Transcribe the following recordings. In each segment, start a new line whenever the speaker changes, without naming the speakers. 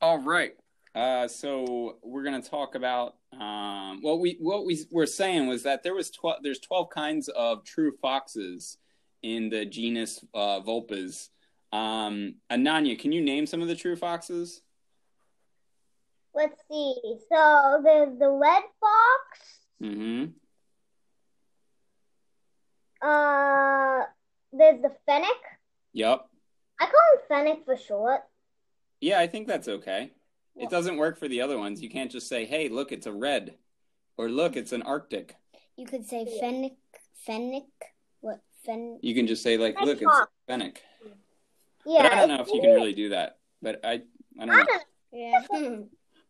All right. Uh, so we're going to talk about um, what we what we were saying was that there was twelve. There's twelve kinds of true foxes in the genus uh, Vulpes. Um, Ananya, can you name some of the true foxes?
Let's see. So there's the red fox.
Mm-hmm.
Uh, there's the fennec.
Yep.
I call him fennec for short.
Yeah, I think that's okay.
Yeah.
It doesn't work for the other ones. You can't just say, "Hey, look, it's a red," or "Look, it's an Arctic."
You could say
Yeah.
fennec, fennec, what fen?
You can just say, "Like,
Red
look, it's
fox.
Fennec."
Yeah.
but I don't know if
it's
you can really do that. But I, I don't
I
know.
don't
Yeah.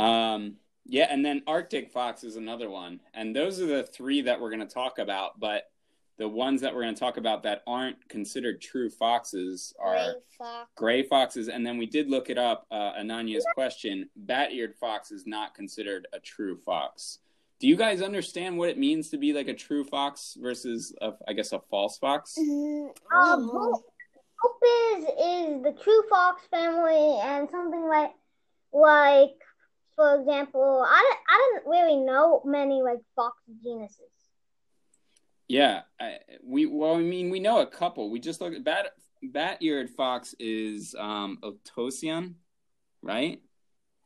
Um, yeah, and then Arctic fox is another one, and those are the three that we're going to talk about. But the ones that we're going to talk about that aren't considered true foxes are
fox.
gray foxes. And then we did look it up. Uh, Ananya's question: bat-eared fox is not considered a true fox. Do you guys understand what it means to be like a true fox versus, a, I guess, a false fox?
Mm-hmm.
Uh, Vulp is is the true fox family and something like like for example, I don't, I don't really know many like fox genuses.
Yeah, I, we well, I mean, we know a couple. We just look at bat bat-eared fox is um Otocion, right?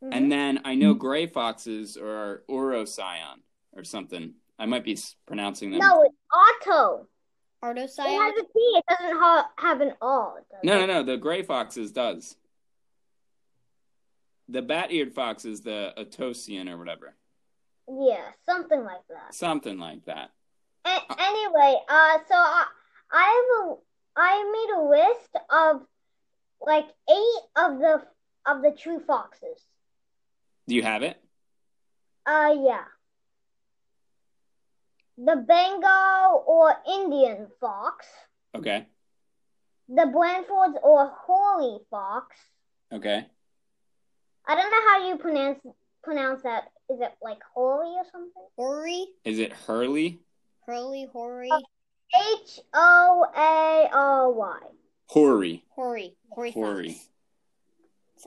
And then I know gray foxes are Orocyon or something. I might be s- pronouncing them.
Mm-hmm. No, it's Otto. It
Artoscion.
has a T. It doesn't ha- have an R. does
no, no,
it?
no, The gray foxes does. The bat-eared fox is the Otocion or whatever,
Yeah, something like that.
something like that.
A- anyway, uh, so I, I have a, I made a list of like eight of the of the true foxes.
Do you have it?
Uh, yeah. The Bengal or Indian fox,
Okay,
the Blandfords or Holy fox.
okay.
I don't know how you pronounce pronounce that. Is it like Holy or something?
Hori,
Is it Hurley?
Hurley, Hori,
Oh. H O A R Y.
Hoary.
Hori, Hori
Hori.
fox.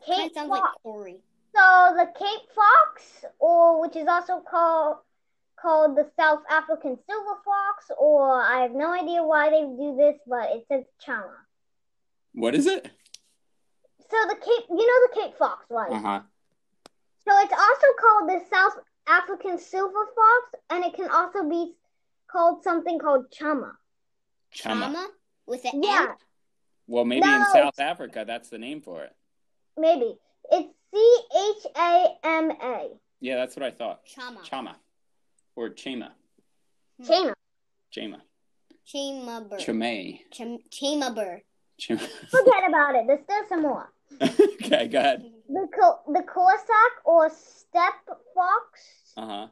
Kind
Cape
of sounds like
fox.
Hori.
So the Cape fox, or which is also called called the South African silver fox, or I have no idea why they do this, but it says Chama.
What is it?
So the Cape, you know the Cape fox, right?
Uh huh.
So it's also called the South African silver fox, and it can also be called something called Chama.
Chama.
with an
Yeah,
M.
Well, maybe in
No.
South Africa, that's the name for it.
maybe it's C H A M A.
Yeah, that's what I thought.
Chama.
Chama or Chema.
Chama.
Chema.
Chama bird.
Chame.
Cham- Chama bird.
Chema.
Forget about it. There's still some more.
okay, go ahead.
The Co- the Cossack or steppe fox.
Uh huh.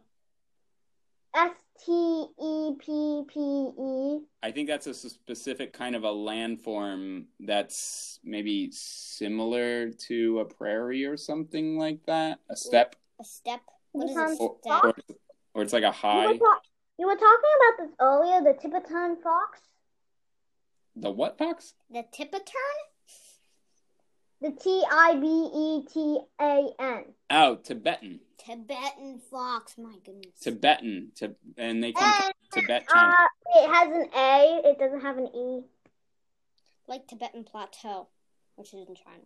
S T E P P E.
I think that's a s- specific kind of a landform that's maybe similar to a prairie or something like that. A steppe,
A step. What is a
Becomes
step?
or, or, or it's like a
You were,
high.
ta- you were talking about this earlier, the Tibetan fox.
The what fox?
The tipiturn?
The T I B E T A N.
Oh, Tibetan.
Tibetan fox. My goodness.
Tibetan. Tib- and they come
And
from Tibet, China.
uh, it has an A, it doesn't have an E.
like Tibetan plateau, which is in China.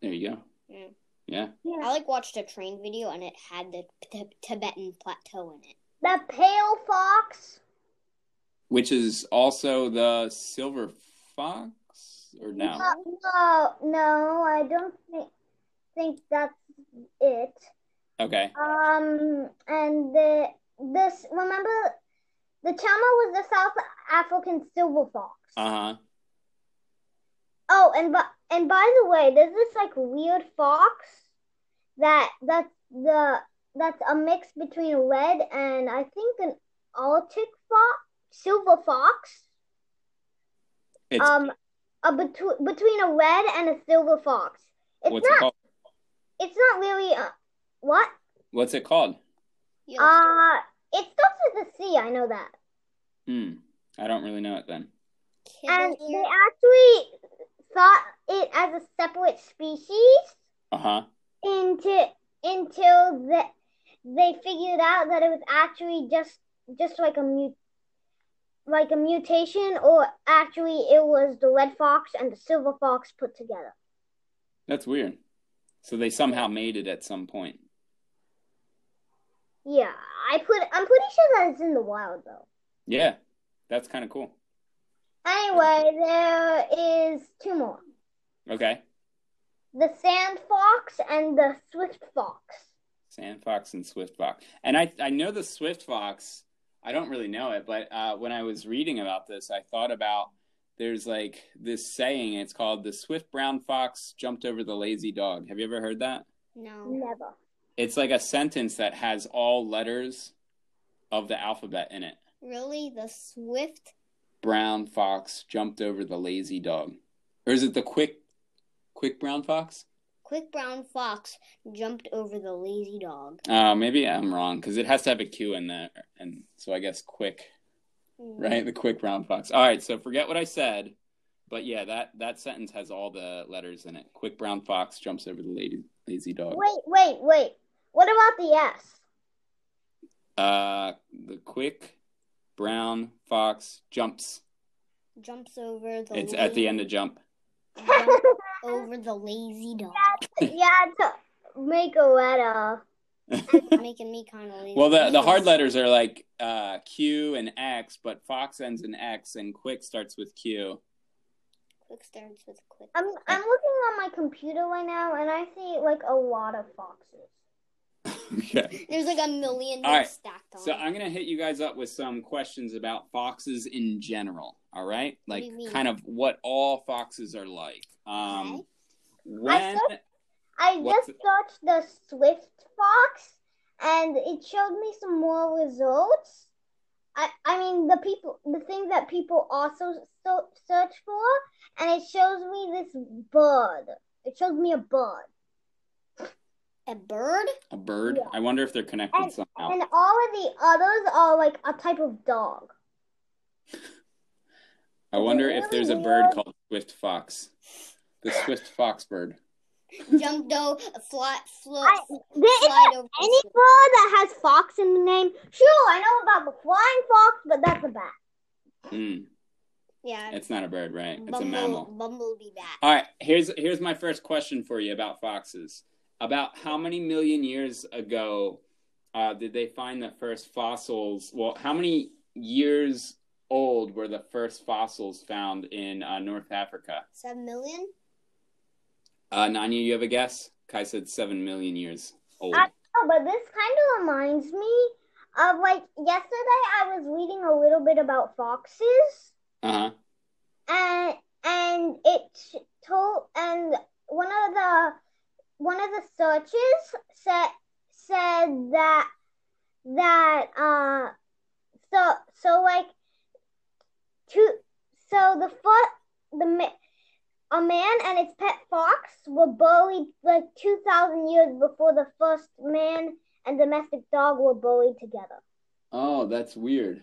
there you go.
Yeah.
Yeah.
I like watched a train video and it had the t- Tibetan plateau in it.
The pale fox.
Which is also the silver fox or no?
Uh, no, no, I don't think, think that's it.
Okay.
Um, and the this remember the Chama was the South African silver fox.
Uh huh.
Oh, and but and by the way, there's this like weird fox that that's the that's a mix between a red and I think an Arctic fox, silver fox.
It's
Um, a between between a red and a silver fox. It's
what's it
not.
called?
It's not really. A, what?
What's it called?
Yeah,
Um, Uh, it's not with a C. I know that.
Hmm. I don't really know it then.
And
Killer
they actually thought it as a separate species
Uh huh.
into until the, they figured out that it was actually just just like a mut like a mutation or actually it was the red fox and the silver fox put together.
That's weird. So they somehow made it at some point.
Yeah, I put I'm pretty sure that it's in the wild though.
Yeah. That's kind of cool.
Anyway, there is two more.
Okay.
The sand fox and the swift fox.
Sand fox and swift fox. And I I know the swift fox. I don't really know it, but uh, when I was reading about this, I thought about there's like this saying. It's called the swift brown fox jumped over the lazy dog. Have you ever heard that?
No.
Never.
It's like a sentence that has all letters of the alphabet in it.
Really? The swift?
Brown fox jumped over the lazy dog, or is it the quick, quick brown fox?
Quick brown fox jumped over the lazy dog.
Uh, maybe I'm wrong because it has to have a Q in there, and so I guess quick, right? The quick brown fox. All right, so forget what I said, but yeah, that that sentence has all the letters in it. Quick brown fox jumps over the lady, lazy dog.
Wait, wait, wait. What about the S?
Uh, the quick brown fox jumps.
Jumps over the
It's at the end of jump.
jumped over the lazy dog.
yeah, to make a letter.
Making me kind of lazy.
Well, the, the hard letters are like uh, Q and X, but Fox ends in X and Quick starts with Q.
Quick starts with quick.
I'm I'm looking on my computer right now, and I see like a lot of foxes.
okay.
There's like a million
All right.
stacked on.
So
it.
I'm going to hit you guys up with some questions about foxes in general. All right.
What do
Like
you mean?
kind of what all foxes are like. Um,
Okay.
When.
I
What's-
just searched the Swift Fox, and it showed me some more results. I, I mean the people the thing that people also so, search for, and it shows me this bird. It shows me a bird,
A bird?
A bird.
Yeah.
I wonder if they're connected
And-
somehow.
and all of the others are like a type of dog.
I wonder if
really
there's a bird
weird.
called Swift Fox. The Swift Fox bird.
Jumped over, fly, flew,
I- There isn't
slide over. the
any bird that has fox in the name. Sure, I know about the flying fox, but that's a bat.
Mm,
Yeah.
it's not a bird, right? It's
bumble-
a mammal.
Bumblebee bat.
All right, here's here's my first question for you about foxes. About how many million years ago uh, did they find the first fossils? Well, how many years old were the first fossils found in uh, North Africa?
Seven million?
Uh, Nanya, you have a guess? Kai said seven million years old.
I- Oh, but this kind of reminds me of like yesterday I was reading a little bit about foxes
Uh huh.
and and it sh- told and one of the one of the searches said said that that uh so so like two so the foot the ma- a man and his pet fox were buried like 2000 years before the first man and domestic dog were buried together
Oh, that's weird.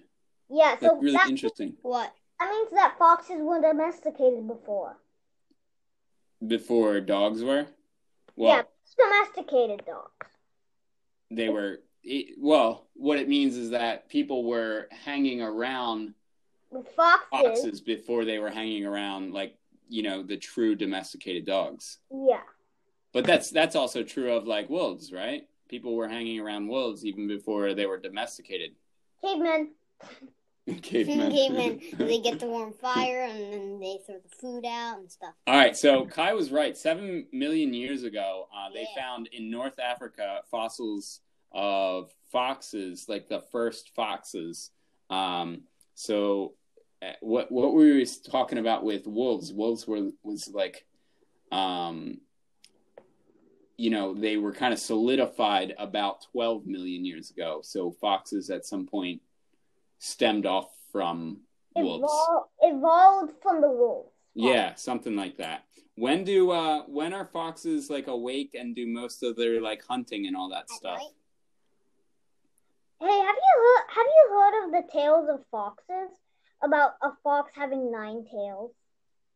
yeah
That's
so
really
that,
interesting.
What?
that means that foxes were domesticated before
Before dogs were, well,
yeah domesticated dogs
they were. It, well, what it means is that people were hanging around
with foxes,
foxes before they were hanging around like you know the true domesticated dogs
yeah
but that's that's also true of like wolves right people were hanging around wolves even before they were domesticated
cavemen
cavemen,
Cavemen. they get the warm fire and then they throw the food out and stuff.
all right so kai was right seven million years ago uh, they
Yeah.
found in north africa fossils of foxes like the first foxes um, so uh, what what we were talking about with wolves wolves were was like um you know they were kind of solidified about 12 million years ago so foxes at some point stemmed off from wolves
evolved, evolved from the wolves
yeah something like that when do uh when are foxes like awake and do most of their like hunting and all that
At
stuff
night?
Hey, have you heard, have you heard Tales of Foxes about a fox having nine tails.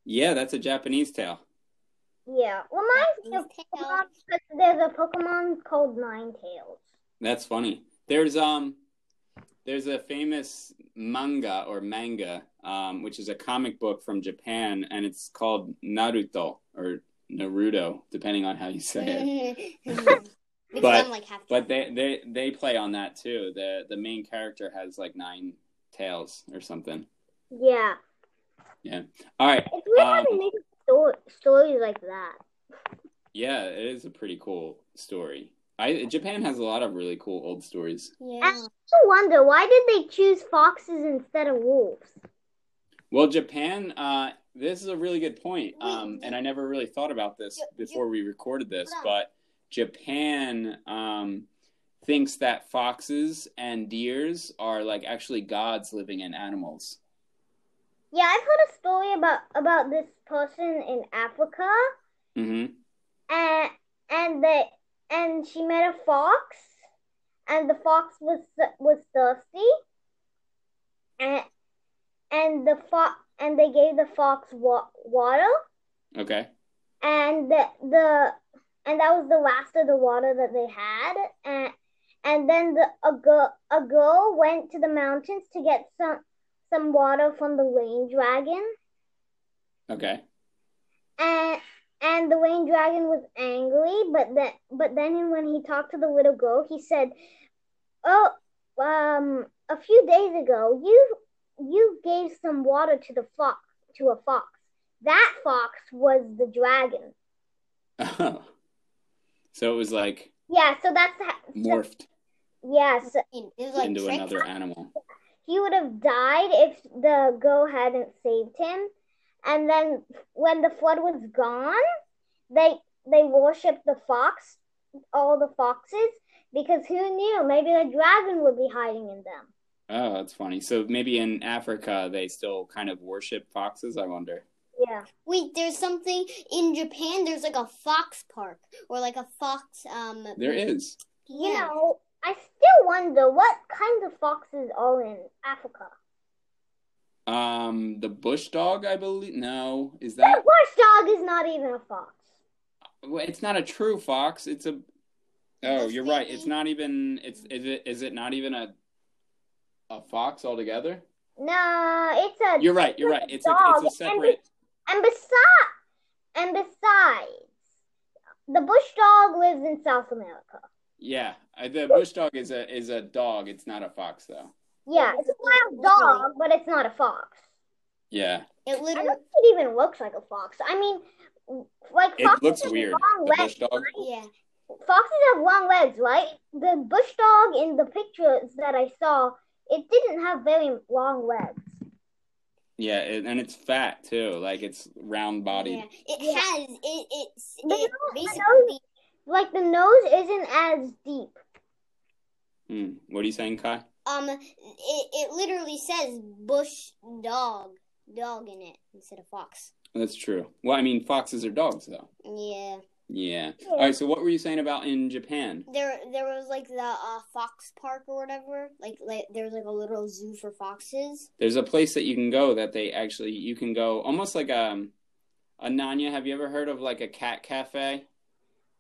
Yeah, that's a Japanese tale.
Yeah, reminds me of Pokemon
Japanese
because there's a Pokemon called Nine Tails.
That's funny. There's um there's a famous manga or manga, um, which is a comic book from Japan and it's called Naruto or Naruto, depending on how you say it.
because
But-
I'm like half.
But they, they they play on that too. The the main character has like nine tails or something.
Yeah,
All right.
it's weird how
Um,
they make sto- stories like that.
Yeah, it is a pretty cool story. I Japan has a lot of really cool old stories.
yeah.
I also wonder why did they choose foxes instead of wolves?
Well, Japan, uh, this is a really good point, um, and I never really thought about this
Ju- ju-
before we recorded this,
Hold
but Japan um, thinks that foxes and deers are like actually gods living in animals.
Yeah, I've heard a story about about this person in Africa,
hmm
and and they and she met a fox, and the fox was was thirsty, and and the fox and they gave the fox wa- water,
Okay.
and the, the and that was the last of the water that they had, and and then the a girl a girl went to the mountains to get some some water from the rain dragon.
Okay.
and and the Wayne Dragon was angry, but then but then when he talked to the little girl, he said, "Oh, um, a few days ago, you you gave some water to the fox to a fox. That fox was the dragon.
so it was like
Yeah, so that's ha- so,
morphed
yeah. So
It was like
into
tricks.
another animal.
he would have died if the girl hadn't saved him. And then when the flood was gone, they they worshipped the fox, all the foxes, because who knew? Maybe the dragon would be hiding in them.
Oh, that's funny. So maybe in Africa they still kind of worship foxes. I wonder.
Yeah.
Wait, there's something in Japan. There's like a fox park or like a fox. Um,
There is.
You
yeah.
know, I still wonder what kind of foxes are in Africa.
Um, the bush dog, I believe. No, is
The
that?
horse dog is not even a fox.
Well, It's not a true fox. It's a. Oh,
It's
you're
a
right.
thing.
It's not even. It's is it is it not even a, a fox altogether?
No, it's a
You're right. You're right. It's a it's a
Dog, and
separate.
And besides, and besides, the bush dog lives in South America.
Yeah, I- the bush dog is a is a dog. It's not a fox though.
Yeah,
Yeah,
it's a
it's
wild
a dog.
dog, but it's not a fox.
Yeah,
It
I
literally.
don't think it even looks like a fox. I mean, like
it
foxes
looks
have
weird.
long
The
legs.
bush dog.
Yeah.
Foxes have long legs, right? The bush dog in the pictures that I saw, it didn't have very long legs.
Yeah, it, and it's fat too. Like it's round
Yeah.
bodied.
It
Yeah.
has. It. It's.
But
It
no, I
basically.
Like the nose isn't as deep.
Hmm. What are you saying, Kai?
Um. It. It literally says bush dog. Dog in it instead of fox.
That's true. Well, I mean, foxes are dogs though.
Yeah.
Yeah. All right. So what were you saying about in Japan?
There. There was like the uh, fox park or whatever. Like, like there was like a little zoo for foxes.
there's a place that you can go that they actually you can go almost like um a Nanya. Have you ever heard of like a cat cafe?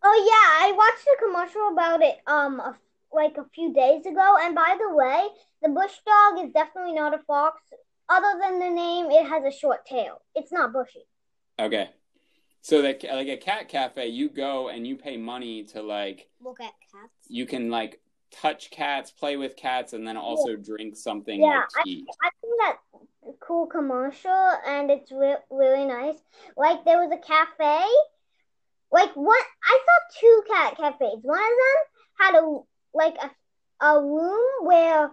Oh yeah, I watched a commercial about it um a, like a few days ago. And by the way, the bush dog is definitely not a fox. Other than the name, it has a short tail. It's not bushy.
Okay, so that like a cat cafe, you go and you pay money to like
Look at cats.
you can like touch cats, play with cats, and then also drink something
Yeah,
like tea.
I think that's a cool commercial and it's re- really nice. Like there was a cafe. Like one I saw two cat cafes. One of them had a like a, a room where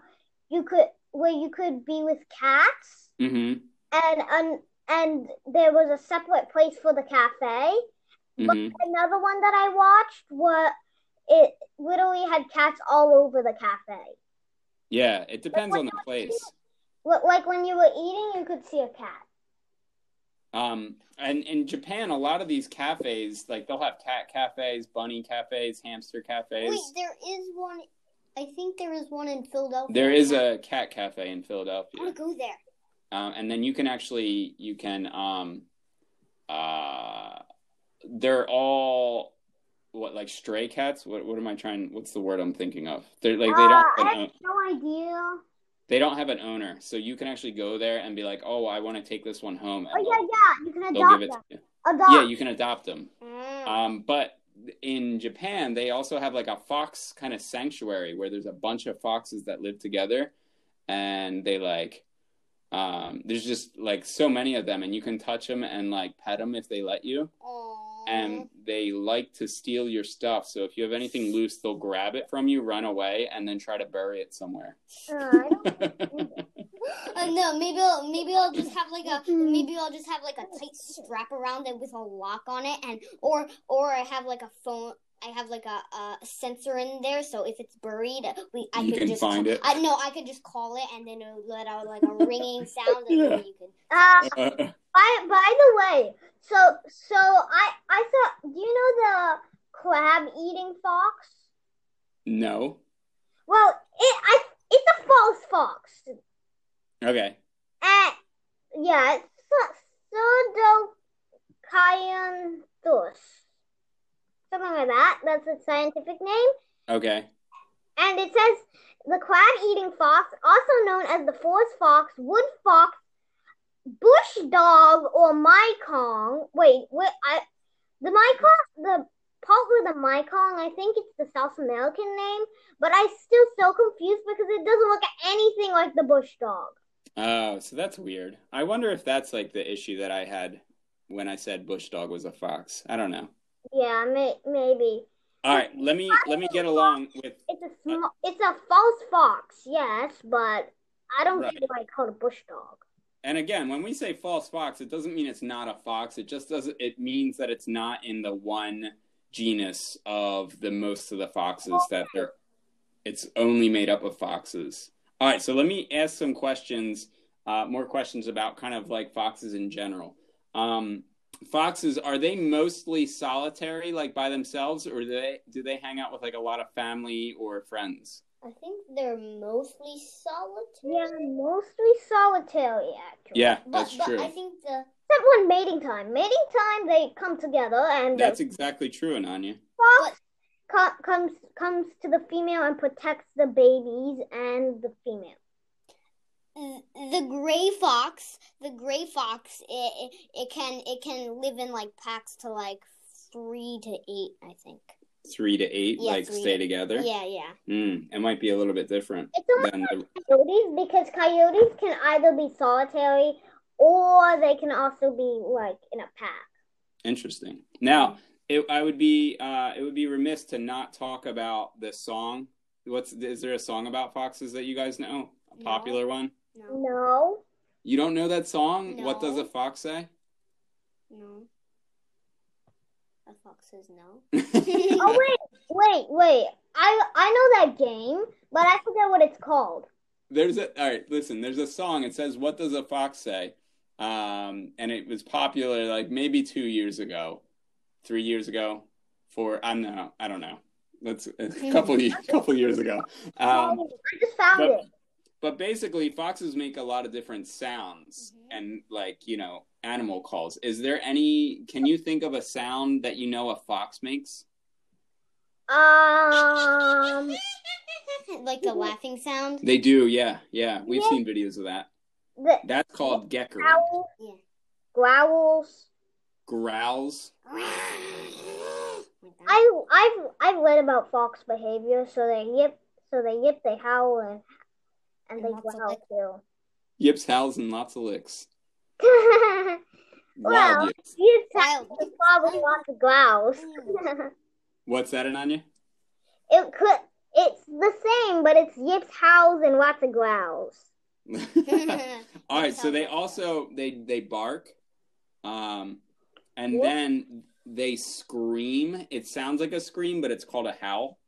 you could where you could be with cats.
Mm-hmm.
and and and there was a separate place for the cafe.
hmm
Another one that I watched was it literally had cats all over the cafe.
Yeah, it depends on the place.
Li- Like when you were eating, you could see a cat.
Um, and in Japan, a lot of these cafes, like they'll have cat cafes, bunny cafes, hamster cafes.
Wait, there is one I think there is one in Philadelphia.
There is a cat cafe in
I want
Philadelphia,
to go there.
um, and then you can actually you can um, uh, they're all what like stray cats. What what am I trying? What's the word I'm thinking of? They're like they
Uh,
don't.
I
have an
have
own-
no idea. Oh,
They don't have an owner, so you can actually go there and be like, "Oh, I want to take this one home."
Oh
And
yeah, yeah. You can
they'll, they'll
adopt
give it.
them.
To you.
Adopt.
Yeah, you can adopt them.
Mm.
Um, but in Japan, they also have like a fox kind of sanctuary where there's a bunch of foxes that live together, and they like, um, there's just like so many of them, and you can touch them and like pet them if they let you,
Aw.
and they like to steal your stuff. So if you have anything loose, they'll grab it from you, run away, and then try to bury it somewhere.
Uh, I don't
Uh, no, maybe I'll, maybe I'll just have like a maybe I'll just have like a tight strap around it with a lock on it, and or or I have like a phone. I have like a, a sensor in there, so if it's buried, we I
You
could
can
just
find
ca-
it.
I no, I could just call it, and then it'll let out like a ringing sound, and
Yeah.
then you can.
Uh, By by the way, so so I I thought do you know the crab eating fox?
no.
Well, it I it's a false fox.
Okay.
And yeah, it's Pseudocyanthosus. Something like that. That's its scientific name.
Okay.
And it says the crab eating fox, also known as the forest fox, wood fox, bush dog, or mycong. Wait, wait, I the mycong, the part with the mycong, I think it's the South American name, but I'm still so confused because it doesn't look anything like the bush dog.
Oh, so that's weird. I wonder if that's like the issue that I had when I said bush dog was a fox. I don't know.
Yeah, may, maybe
All right, let me let me get along with
it's a small, it's a false fox, yes, but I don't
Right.
see why it's called a bush dog.
and again, when we say false fox, it doesn't mean it's not a fox. It just doesn't it means that it's not in the one genus of the most of the foxes that they're it's only made up of foxes. All right, so let me ask some questions, uh, more questions about kind of like foxes in general. Um, foxes are they mostly solitary, like by themselves, or do they do they hang out with like a lot of family or friends?
I think they're mostly solitary.
Yeah, mostly solitary actually.
Yeah,
but,
that's
but
true.
I think the
Except when mating time. Mating time, they come together and
That's
the
exactly true, Ananya.
fox co- comes comes to the female and protects the babies and the female.
Mm, the gray fox, the gray fox, it, it it can it can live in like packs to like three to eight, I think.
Three to eight,
Yeah,
like
three
stay
to-
together.
Yeah, yeah.
Mm, it might be a little bit different
It's almost
than the,
like coyotes because coyotes can either be solitary or they can also be like in a pack.
Interesting. Now, it, I would be uh, it would be remiss to not talk about the song. What's is there a song about foxes that you guys know? A
No.
popular one.
No,
No.
You don't know that song? What does
No.
a fox say?
no. A fox says no.
Oh wait, wait, wait. I I know that game, but I forget what it's called.
there's a all right. Listen, there's a song. It says, "What does a fox say?" Um, and it was popular like maybe two years ago, three years ago, four. I don't know. I don't know. That's a couple ye- couple years ago. Um,
I just found
but-
it.
but basically foxes make a lot of different sounds
Mhm.
and like you know animal calls is there any can you think of a sound that you know a fox makes
Um
like
Mm-hmm.
the laughing sound.
they do yeah yeah we've
Yeah.
seen videos of that
the
that's called geckering
growl,
Yeah.
growls.
growls
Like that.
I I've I've read about fox behavior, so they yip, so they yip, they howl, and and they
And lots of
growl too.
yips howls and lots of licks
Wow.
wild yips
you
Wild.
there's probably lots of growls.
Mm.
what's that ananya
it could it's the same, but it's yips, howls, and lots of growls.
all right so
Sounds
they
like
also they they bark um and
What?
then they scream it sounds like a scream but it's called a howl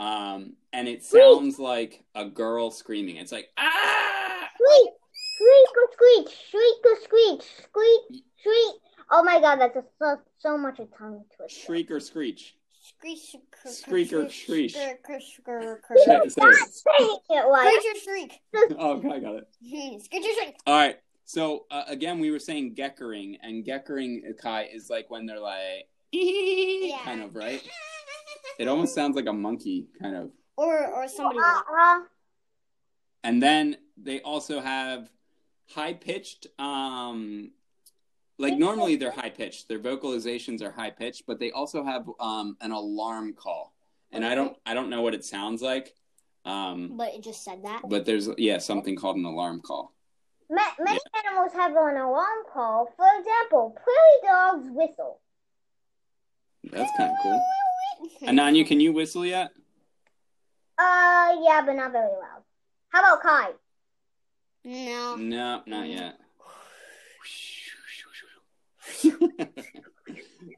um and it sounds like a girl screaming it's like ah
Squeak, squeak or screech, shriek or screech, Oh squeak, shriek. Oh my god, that's a, so so much a tongue twister.
shriek or screech
Screecher
Screeker Shriek.
Screecher
Say- say it.
saying it like
Shriek.
Oh, okay, I got it.
Hmm, Screecher Shriek.
All right. So uh, again, we were saying geckering, and geckering Kai is like when they're like kind of right. It almost sounds like a monkey kind of.
Or or somebody.
uh, uh,
And then they also have high pitched. Um, like normally they're high pitched. Their vocalizations are high pitched, but they also have um, an alarm call, and I don't I don't know what it sounds like. Um,
But it just said that.
but there's yeah something called an alarm call.
ma- many animals have an alarm call. For example, prairie dogs whistle.
That's kind of cool. Ananya, can you whistle yet?
Uh, yeah, but not very loud. How about Kai?
No.
No, not yet.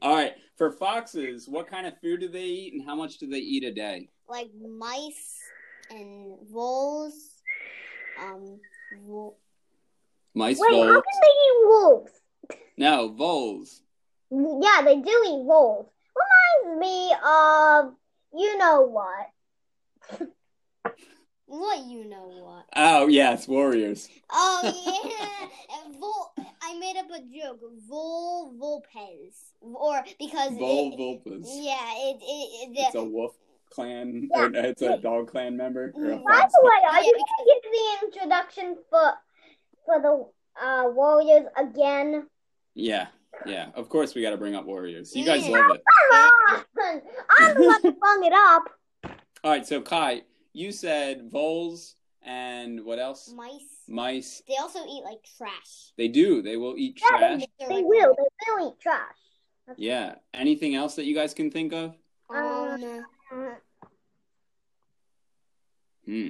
All right. For foxes, what kind of food do they eat and how much do they eat a day?
Like mice and voles. Um. Vo-
Mice,
Wait, how
voles.
can they eat wolves?
No, voles.
Yeah, they do eat wolves. Reminds me of you know what?
what you know what?
Oh, yes, warriors.
Oh yeah. And Vol. I made up a joke. Vol Volpez. Or because.
Vol
it-
vulpes.
Yeah. It. it, it
It's a
the,
wolf clan, or no, it's a dog clan member. Or a
By
By
fox.
the way, are
Yeah,
you gonna give the introduction for for the uh, Warriors again?
Yeah, yeah. Of course, we got to bring up warriors. You guys love it.
Uh-huh.
Come on! I'm the one who bung it up.
All right, so Kai, you said voles and what else?
mice.
Mice.
They also eat like trash.
They do. They will eat
Yeah,
trash.
They're
They
like-
will. They will eat trash.
Yeah. Anything else that you guys can think of?
Um,
Mm.
Hmm.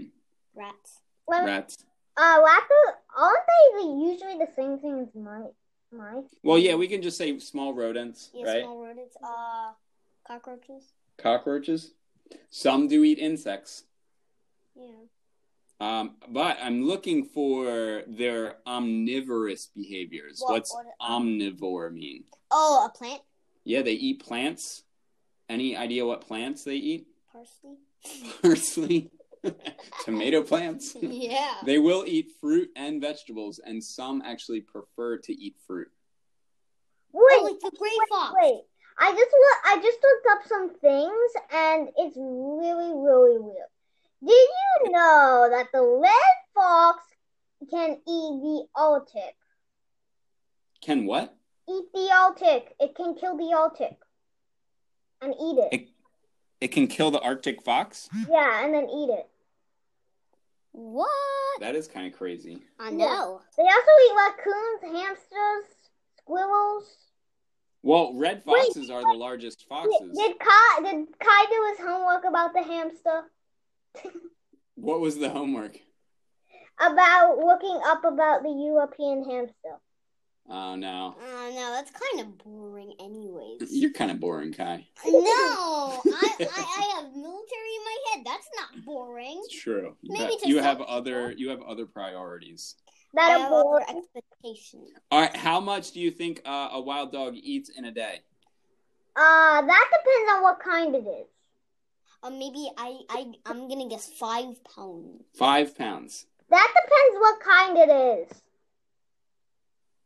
rats.
Let me-
Rats.
Uh, rapper, aren't they the- usually the same thing as mice? Mice?
Well, yeah, we can just say small rodents,
Yeah,
right?
small rodents. Uh, cockroaches.
Cockroaches. Some do eat insects.
Yeah.
Um, but I'm looking for their omnivorous behaviors.
What-
What's
what-
omnivore mean?
Oh, a plant.
Yeah, they eat plants. Any idea what plants they eat?
Parsley.
Parsley, tomato plants.
yeah.
they will eat fruit and vegetables, and some actually prefer to eat fruit.
Oh,
Wait,
like the gray fox.
wait. I just look. I just looked up some things, and it's really, really weird. Did you know that the red fox can eat the altic?
Can what?
Eat the altic. It can kill the altic and eat it.
It- It can kill the Arctic fox.
Yeah, and then eat it.
What?
That is kind of crazy.
I know.
They also eat raccoons, hamsters, squirrels.
Well, red foxes are the largest
Did,
foxes.
did Kai did Kai do his homework about the hamster?
What was the homework?
about looking up about the European hamster.
Oh no,
Oh no, that's kind of boring, anyways.
you're kind of boring, Kai.
no, I, I I have military in my head. That's not boring.
It's true. You,
Maybe
ha-
to
you
some
have
people.
other you have other priorities.
I
That a
have
boy.
other expectations.
All right, how much do you think uh, a wild dog eats in a day?
Uh, that depends on what kind it is.
Uh, maybe I I I'm gonna guess five pounds.
Five pounds.
That depends what kind it is.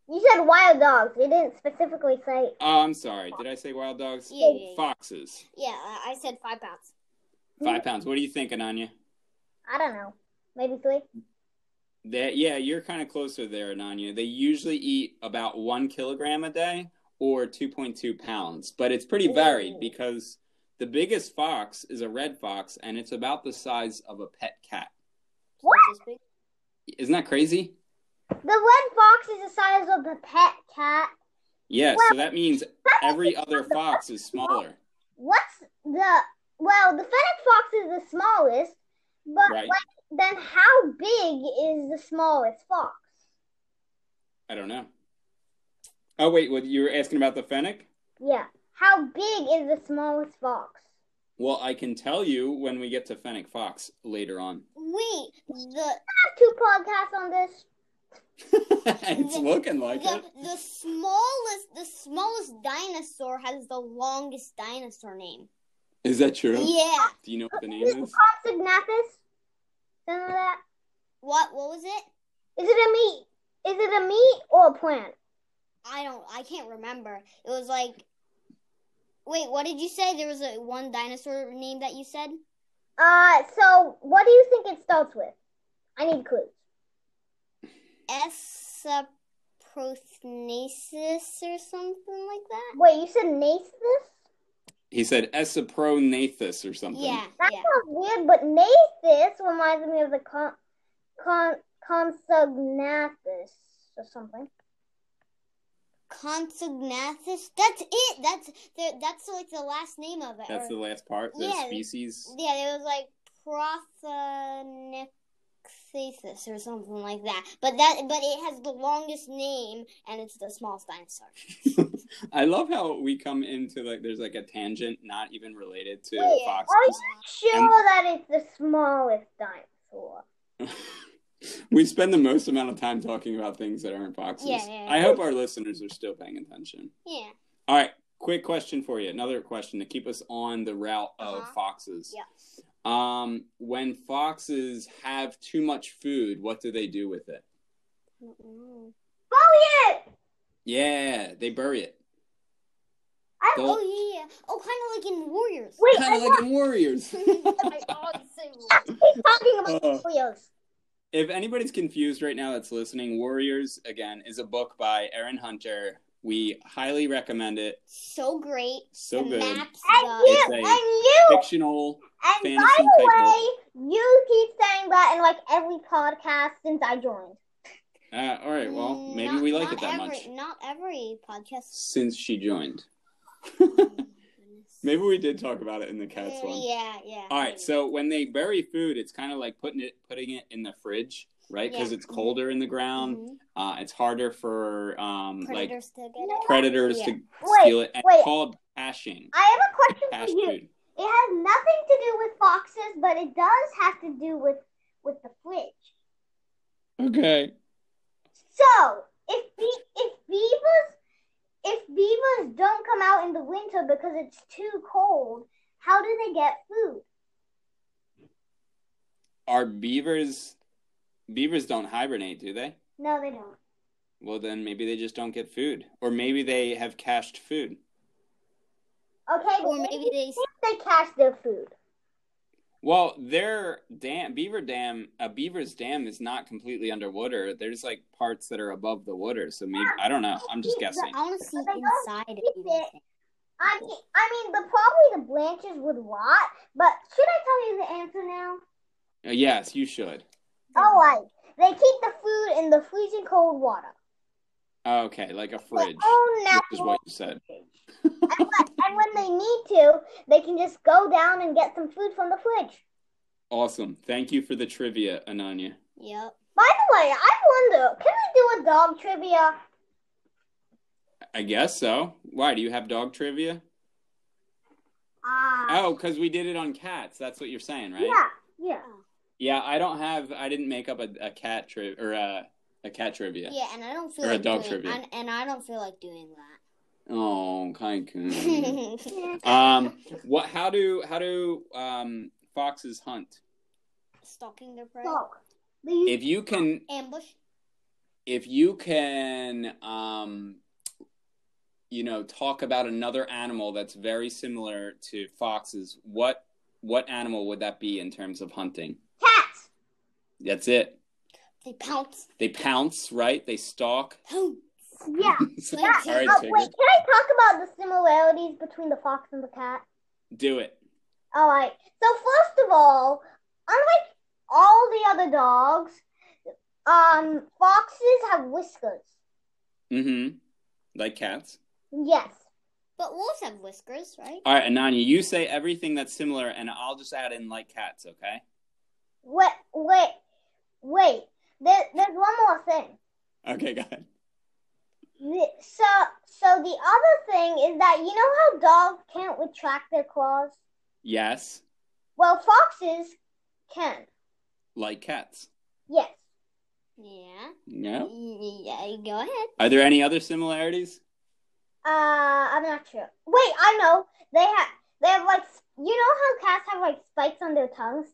You said wild dogs. They didn't specifically say.
Oh, I'm sorry. Did I say wild
Oh,
dogs?
Yeah, yeah, Hmm? yeah.
Foxes.
yeah I I said five pounds.
Five pounds. What do you think, Ananya?
I don't know. Maybe three.
That yeah, you're kind of closer there, Ananya. They usually eat about one kilogram a day or 2.2 pounds, but it's pretty varied
Ooh.
because the biggest fox is a red fox, and it's about the size of a pet cat.
What?
This big.
Isn't that crazy?
The red fox is the size of a pet cat.
Yeah. So that means every other fox is smaller.
What's the well? The fennec fox is the smallest, but
Right.
like, then how big is the smallest fox?
I don't know. Oh wait, what you were asking about the fennec?
Yeah. How big is the smallest fox?
Well, I can tell you when we get to fennec fox later on.
Wait, the
have two podcasts on this.
it's looking like
the,
it.
the smallest the smallest dinosaur has the longest dinosaur name.
Is that true?
Yeah.
Do you know what the name
Is it
is?
Compsognathus? Some of that?
What? What was it?
Is it a meat? Is it a meat or a plant?
I don't. I can't remember. It was like. Wait, what did you say? There was a one dinosaur name that you said.
Uh, so what do you think it starts with? I need clues.
Esoprothnasis or something like that.
Wait, you said nathus?
He said Espronathus or something.
Yeah,
That
yeah.
sounds weird, but nathus reminds me of the con, con, consognathus or something.
Consognathus. That's it. That's the, that's like the last name of it.
That's the
or-
last part. The
Yeah.
species.
Yeah, it was like Prothonectasis or something like that. But that but it has the longest name and it's the smallest dinosaur.
I love how we come into like there's like a tangent not even related to
Yeah.
foxes.
Sure
And-
that it's the smallest dinosaur.
we spend the most amount of time talking about things that aren't foxes.
Yeah, yeah, yeah.
I hope our listeners are still paying attention.
Yeah.
All right, quick question for you. Another question to keep us on the route of
Uh-huh.
foxes.
Yeah.
Um, when foxes have too much food, what do they do with it?
Mm-mm.
Oh yeah!
Yeah, they bury it.
I-
They'll-
Oh yeah, yeah. Oh kinda like in Warriors.
Wait,
kind of like in Warriors.
I always say Warriors.
keep talking about
Uh.
Oreos.
if anybody's confused right now that's listening, Warriors again is a book by Aaron Hunter. We highly recommend it.
So great.
So
the
good.
maps,
And
the
you,
It's a
and you,
Fictional.
and by
fantasy
the
type
way, you keep saying that in like every podcast since I joined.
Uh, all right, well, maybe
Mm, Not-
we like
not
it that
every,
much
Not every podcast.
since she joined. Maybe we did talk about it in the cats one.
Yeah, yeah.
All right, so when they bury food, it's kind of like putting it putting it in the fridge, right? Because
Yeah.
it's colder in the ground.
Mhm.
Mm-hmm.
Uh, it's harder for um, like
predators to get it.
predators to
Wait,
steal it. And it's
wait.
called hashing.
I have a question
Hash
for you.
food.
It has nothing to do with foxes, but it does have to do with with the fridge.
Okay.
So if be- if beavers if beavers don't come out in the winter because it's too cold, how do they get food?
Are beavers beavers don't hibernate, do they?
No, they don't.
Well, then maybe they just don't get food, or maybe they have cached food.
Okay,
Or
but
maybe they
they catch their food.
Well, their dam, beaver dam, a beaver's dam is not completely underwater. There's like parts that are above the water, so maybe I don't know. I'm just guessing.
I want to see
But they don't
inside it.
keep
you
it.
think.
I mean, I mean, the probably the Blanches would rot. But should I tell you the answer now?
Uh, Yes, you should.
All right, they keep the food in the freezing cold water.
Okay, like a fridge,
Oh,
which
natural
is what you said.
and, when, and when they need to, they can just go down and get some food from the fridge.
Awesome. Thank you for the trivia, Ananya.
Yep.
By the way, I wonder, can we do a dog trivia?
I guess so. Why do you have dog trivia?
Ah,
Uh,
Oh, because we did it on cats. That's what you're saying, right?
yeah, yeah.
Yeah, I don't have. I didn't make up a, a cat tri- or a, a cat trivia.
Yeah. and I don't feel
Or a
like
dog
doing,
trivia.
I- and I don't feel like doing that.
Oh, kind. um, what? How do how do um foxes hunt?
Stalking their prey.
So, they use
If you can,
Ambush.
if you can, um, you know, talk about another animal that's very similar to foxes. What what animal would that be in terms of hunting?
cats.
That's it.
They pounce.
They pounce, right? They stalk.
Pounce.
Yeah.
Like,
yeah.
All right,
oh,
Tigger.
wait, can I talk about the similarities between the fox and the cat?
Do it.
All right. So first of all, unlike all the other dogs, um, foxes have whiskers.
Mm-hmm. Like cats.
Yes.
But wolves have whiskers, right?
All right, Ananya, you say everything that's similar, and I'll just add in like cats, okay?
Wait, wait, wait. There, there's one more thing.
Okay, go ahead.
The- So, so the other thing is that you know how dogs can't retract their claws.
Yes,
Well, foxes can.
like cats.
Yes.
Yeah.
No.
Yeah. Go ahead.
Are there any other similarities?
Uh, I'm not sure. Wait, I know. They have They have like you know how cats have like spikes on their tongues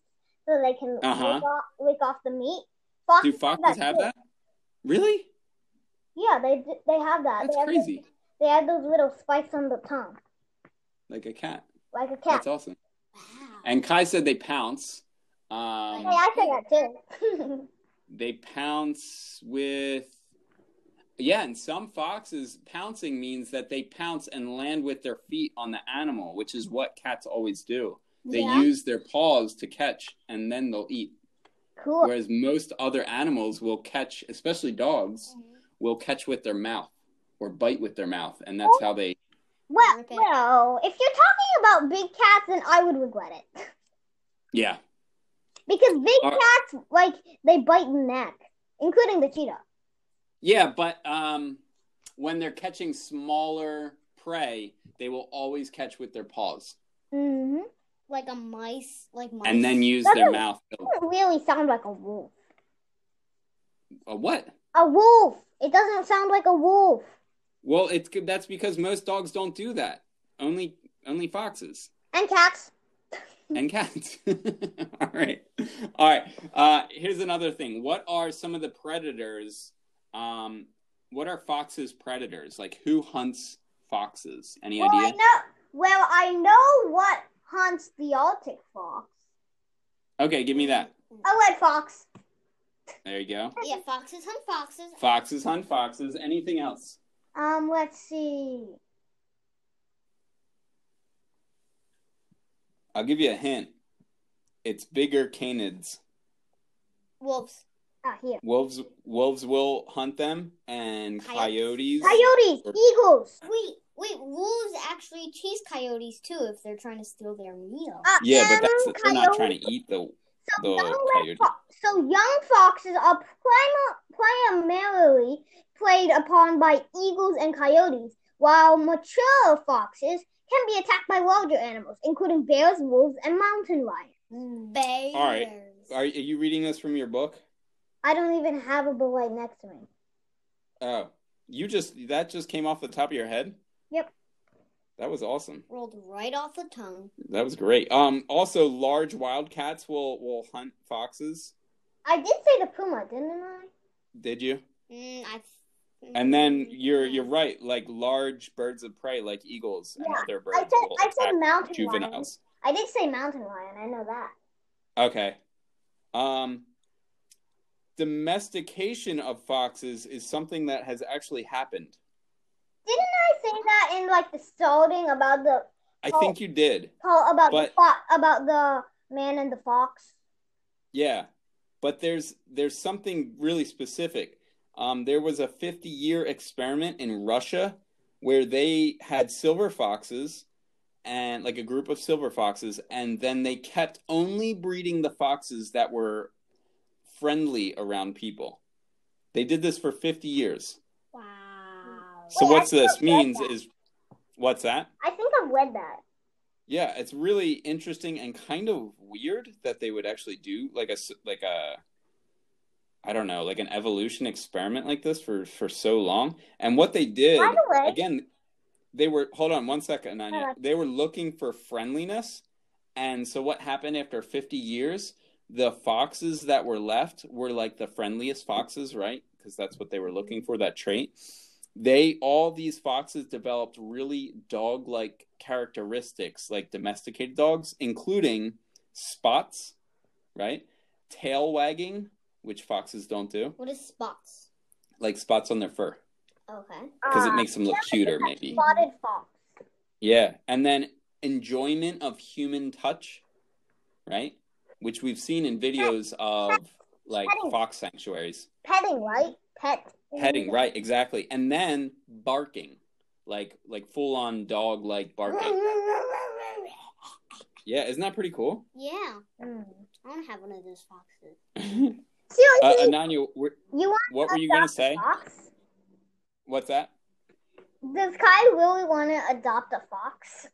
so they can
Uh-huh.
lick, off, lick off the meat. Foxes
Do foxes have
too.
that? Really?
Yeah, they d- they have that.
That's
they have those-
crazy.
they have those little spikes on the tongue,
Like a cat.
like a cat.
That's awesome.
Wow.
And Kai said they pounce. Um,
Hey, I said that too.
they pounce with yeah and some foxes pouncing means that they pounce and land with their feet on the animal which is what cats always do they
Yeah.
use their paws to catch and then they'll eat
cool.
whereas most other animals will catch especially dogs
Mhm.
will catch with their mouth or bite with their mouth and that's how they
Well,
Rip it.
no. If you're talking about big cats, then I would regret it
yeah
because big
Uh,
cats like they bite the neck, including the cheetah.
yeah but um when they're catching smaller prey they will always catch with their paws
hmm
Like a mice, like mice.
and then use their
Doesn't-
mouth to,
Doesn't really sound like a wolf.
a "Oh, what
A wolf. It doesn't sound like a wolf.
Well, it's good. That's because most dogs don't do that. Only only foxes
And cats.
and cats. All right, all right. Uh, here's another thing. What are some of the predators? Um, what are foxes' predators? Like who hunts foxes? Any
well, I
idea?
know. Well, I know what hunts the Arctic fox.
Okay, give me that.
A red fox.
There you go.
Yeah, foxes hunt foxes.
Foxes hunt foxes. Anything else?
Um, let's see.
I'll give you a hint. It's bigger canids.
Wolves.
Ah, here.
Wolves wolves will hunt them, and coyotes.
Coyotes.
Coyotes, eagles.
Wait, wait, wolves actually chase coyotes too if they're trying to steal their meal.
Uh,
Yeah,
and
but that's they're not
coyotes.
trying to eat the
So
the
young
coyote.
red fo- so young foxes are prima- primarily preyed upon by eagles and coyotes, while mature foxes can be attacked by larger animals, including bears, wolves, and mountain lions.
Mm, Bears.
Are, are you reading this from your book?
I don't even have a book right next to me.
Oh, you just that just came off the top of your head.
Yep.
That was awesome.
Rolled right off the tongue.
That was great. Um, also, large wildcats will will hunt foxes.
I did say the puma, didn't I?
Did you?
Mm, I've,
And then you're you're right. Like large birds of prey, like eagles and
Yeah,
other birds,
I said
will
I said
attack
mountain lion.
juveniles.
I did say mountain lion. I know that.
Okay. Um, domestication of foxes is something that has actually happened.
Didn't I say that in like the starting about the
I
Oh.
think you did.
Oh, about the
But-
fo- about the man and the fox.
Yeah, but there's there's something really specific. Um, there was a 50 year experiment in Russia where they had silver foxes and like a group of silver foxes, and then they kept only breeding the foxes that were friendly around people. They did this for 50 years.
Wow.
So
Wait, I
what's this
think I've read
means
that.
is what's that?
I think I've read that.
Yeah, it's really interesting and kind of weird that they would actually do like a s- like a I don't know, like an evolution experiment like this for for so long. And what they did
By the way,
again, they were hold on one second, Ananya.
Alright.
They were looking for friendliness, and so what happened after 50 years? The foxes that were left were like the friendliest foxes, right? Because that's what they were looking for that trait. They all these foxes developed really dog like characteristics, like domesticated dogs, including spots, right? Tail wagging, which foxes don't do,
What is spots?
like spots on their fur,
Okay.
because
uh,
it makes them look cuter,
that
maybe.
spotted fox.
Yeah, and then enjoyment of human touch, right? Which we've seen in videos of like
Petting.
fox sanctuaries.
Petting, right? Pet.
Petting, right, exactly. And then barking. Like like full on dog like barking. Yeah, isn't that pretty cool?
Yeah,
Mm.
I want to have one of those foxes.
uh,
Seriously,
Ananya, were-
you want
Uh, what were
to
you gonna
adopt a
say?
Fox?
What's that?
Does Kai really want to adopt a fox?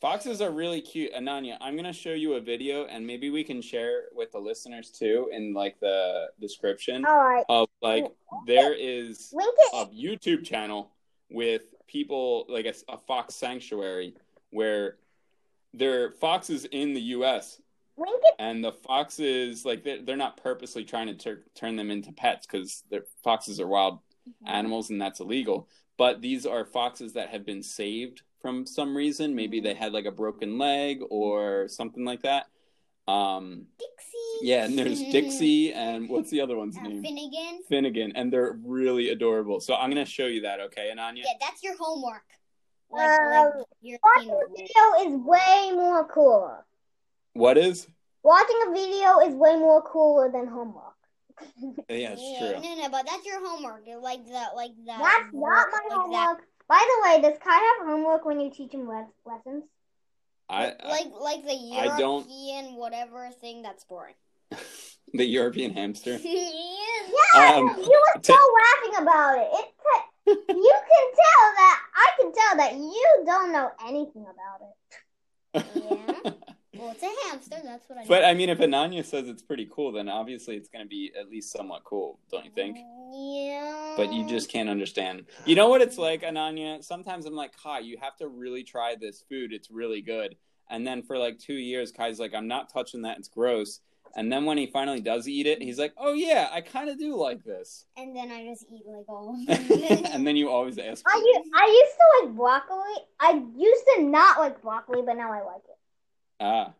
Foxes are really cute. Ananya, I'm gonna show you a video and maybe we can share with the listeners too in like the description
All right,
of like there is
link it.
a YouTube channel with people like a, a fox sanctuary where they're foxes in the U.S.
Winked
and the foxes like they're, they're not purposely trying to tur turn them into pets because foxes are wild
Mm-hmm.
animals and that's illegal. But these are foxes that have been saved from some reason. Maybe they had like a broken leg or something like that. Um,
Dixie.
yeah, and there's Dixie and what's the other one's
Uh,
name?
Finnegan.
Finnegan, and they're really adorable. So I'm gonna show you that, okay? And Anya,
Yeah, that's your homework.
Um,
your
watching a video is way more cooler.
what is?
Watching a video is way more cooler than homework.
Yeah, it's
Yeah,
true.
No, no, but that's your homework. Like the, like the.
That's not my
like that.
homework. By the way, does Kai have homework when you teach him le- lessons?
I, I
like, like the
I don't-
European whatever thing. That's boring.
the European hamster.
Yeah.
Yeah,
Um,
you were
t-
so laughing about it. It t- you can tell that I can tell that you don't know anything about it.
Well, it's a hamster. That's what I.
But I mean, if Ananya says it's pretty cool, then obviously it's going to be at least somewhat cool, don't you think?
Yeah.
But you just can't understand. You know what it's like, Ananya? Sometimes I'm like, Kai, you have to really try this food. It's really good. And then for like two years, Kai's like, I'm not touching that. It's gross. And then when he finally does eat it, he's like, oh, yeah, I kind of do like this.
And then I just eat like all.
and then you always ask,
I u- I used to like broccoli. I used to not like broccoli, but now I like it.
ah.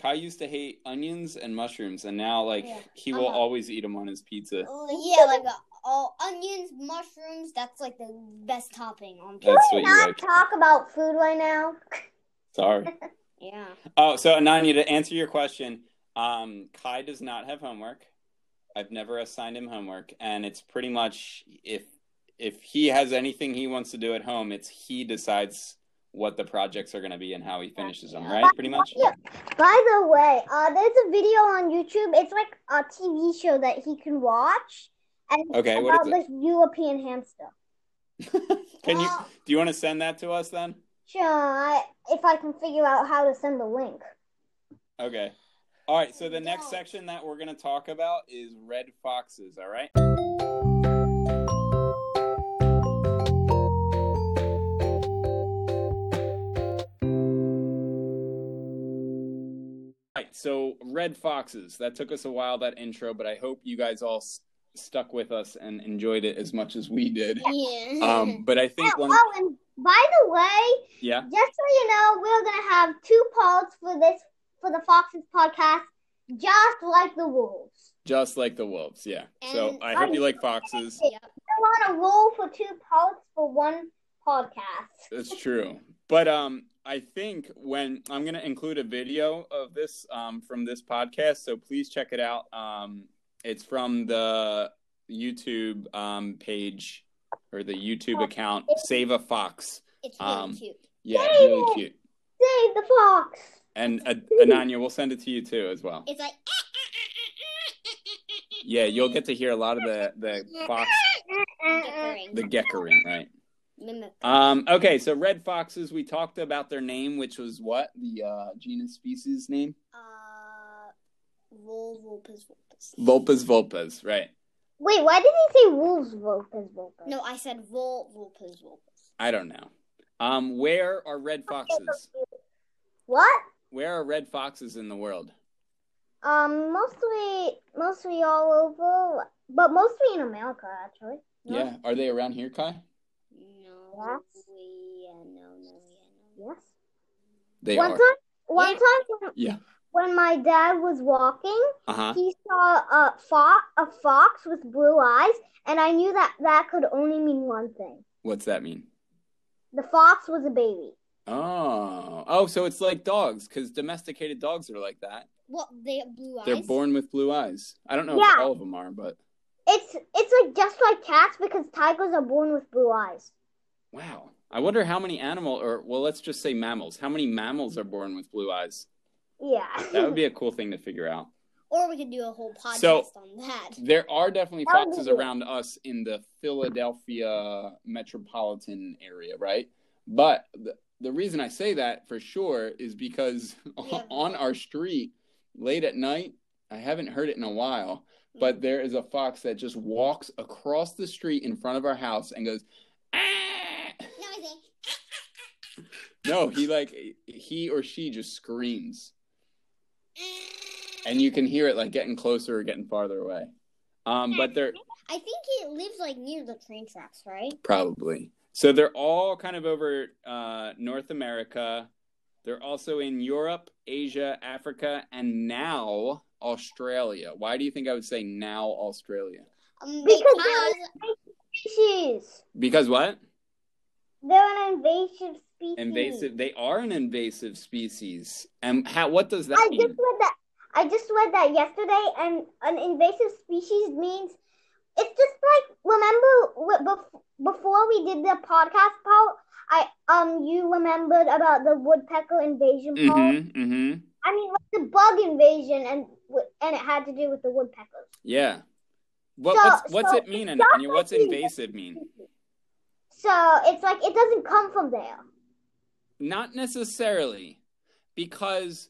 Kai used to hate onions and mushrooms, and now, like,
Yeah.
he will
Uh-huh.
always eat them on his pizza.
yeah, like uh, all onions, mushrooms. That's like the best topping on pizza.
That's what
Can we
you
not
like.
talk about food right now?
Sorry.
Yeah.
Oh, so Ananya, to answer your question, um, Kai does not have homework. I've never assigned him homework, and it's pretty much if if he has anything he wants to do at home, it's he decides what the projects are going to be and how he finishes them, right? Pretty much.
Yeah. By the way, uh, there's a video on YouTube. It's like a TV show that he can watch, and it's
Okay, what
about
is
this European hamster.
Can you
Well,
do you want to send that to us then?
Sure, I, if I can figure out how to send the link.
Okay. All right, so the next
Don't.
section that we're going to talk about is red foxes, all right? All right, so red foxes. That took us a while that intro, but I hope you guys all s- stuck with us and enjoyed it as much as we did.
Yeah.
Um, but I think
Oh,
one
oh, and by the way,
yeah.
just so you know, we're gonna have two parts for this for the Foxes podcast, just like the wolves.
Just like the wolves, yeah. So
And-
I hope you like foxes.
We're on a roll for two parts for one podcast.
That's true. But um, I think when I'm going to include a video of this um, from this podcast, so please check it out. Um, it's from the YouTube um, page or the YouTube account Save a Fox.
it's really
um,
cute.
Yeah, it's really
Yay!
cute.
Save the fox.
And uh, Ananya, we'll send it to you too as well.
It's like.
Yeah, you'll get to hear a lot of the the fox,
Bickering.
the geckering, right?
Mimic.
Um, okay, so red foxes. We talked about their name, which was what the uh, genus species name.
Uh, Vol Vulpes Vulpes.
Vulpes vulpes, right?
Wait, why did he say wolves? Vulpes, vulpes.
No, I said Vol Vulpes Vulpes.
I don't know. Um, where are red foxes?
What?
Where are red foxes in the world?
Um, mostly, mostly all over, but mostly in America, actually.
No?
Yeah, are they around here, Kai?
No.
Yes.
Yeah. No. No. Yeah.
Yes.
They
one
are.
time, one
Yeah.
time, when,
Yeah.
when my dad was walking,
Uh huh.
he saw a fox, a fox with blue eyes, and I knew that that could only mean one thing:
What's that mean?
the fox was a baby.
Oh, oh, so it's like dogs because domesticated dogs are like that.
What? They have blue eyes.
They're born with blue eyes. I don't know if
Yeah.
all of them are, but
It's it's like just like cats because tigers are born with blue eyes.
wow. I wonder how many animal, or well, let's just say mammals. How many mammals are born with blue eyes?
Yeah.
That would be a cool thing to figure out.
Or we could do a whole podcast
So-
on that.
There are definitely
That would be
foxes
good.
around us in the Philadelphia metropolitan area, right? But the, the reason I say that for sure is because
Yeah.
on our street late at night, I haven't heard it in a while,
Mm.
but there is a fox that just walks across the street in front of our house and goes, "Ah!"
No, I think
No, he like he or she just screams, and you can hear it like getting closer or getting farther away. Um, but they're
I think it lives like near the train tracks, right?
probably so they're all kind of over uh, North America. They're also in Europe, Asia, Africa, and now Australia. Why do you think I would say now Australia?
Um,
Because
because
they're- Species.
Because what?
They're an invasive species.
Invasive. They are an invasive species. And how? What does that
I
mean?
just read that. I just read that yesterday, and an invasive species means it's just like remember wh- bef- before we did the podcast part. I um, you remembered about the woodpecker invasion part.
Mm-hmm. Mm-hmm.
I mean, like the bug invasion, and w- and it had to do with the woodpeckers.
Yeah. What,
So-
what's what's
so
it mean,
it's not
Ananya? What's
like the-
invasive mean?
Mm-hmm.
So it's like it doesn't come from there.
Not necessarily, because,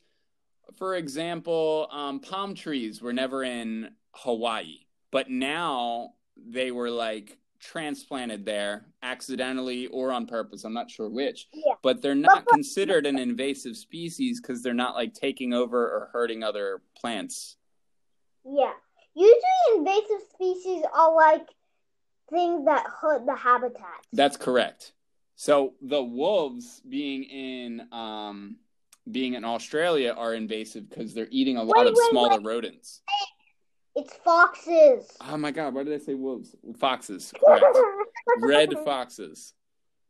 for example, um, palm trees were never in Hawaii, but now they were like transplanted there accidentally or on purpose. I'm not sure which,
Yeah.
but they're not considered an invasive species because they're not like taking over or hurting other plants.
Yeah. Usually, invasive species are like things that hurt the habitat.
That's correct. So the wolves being in um being in Australia are invasive because they're eating a lot
Wait,
of
wait,
smaller rodents.
it's foxes.
Oh my god, why did I say wolves? Foxes. Correct. Red foxes.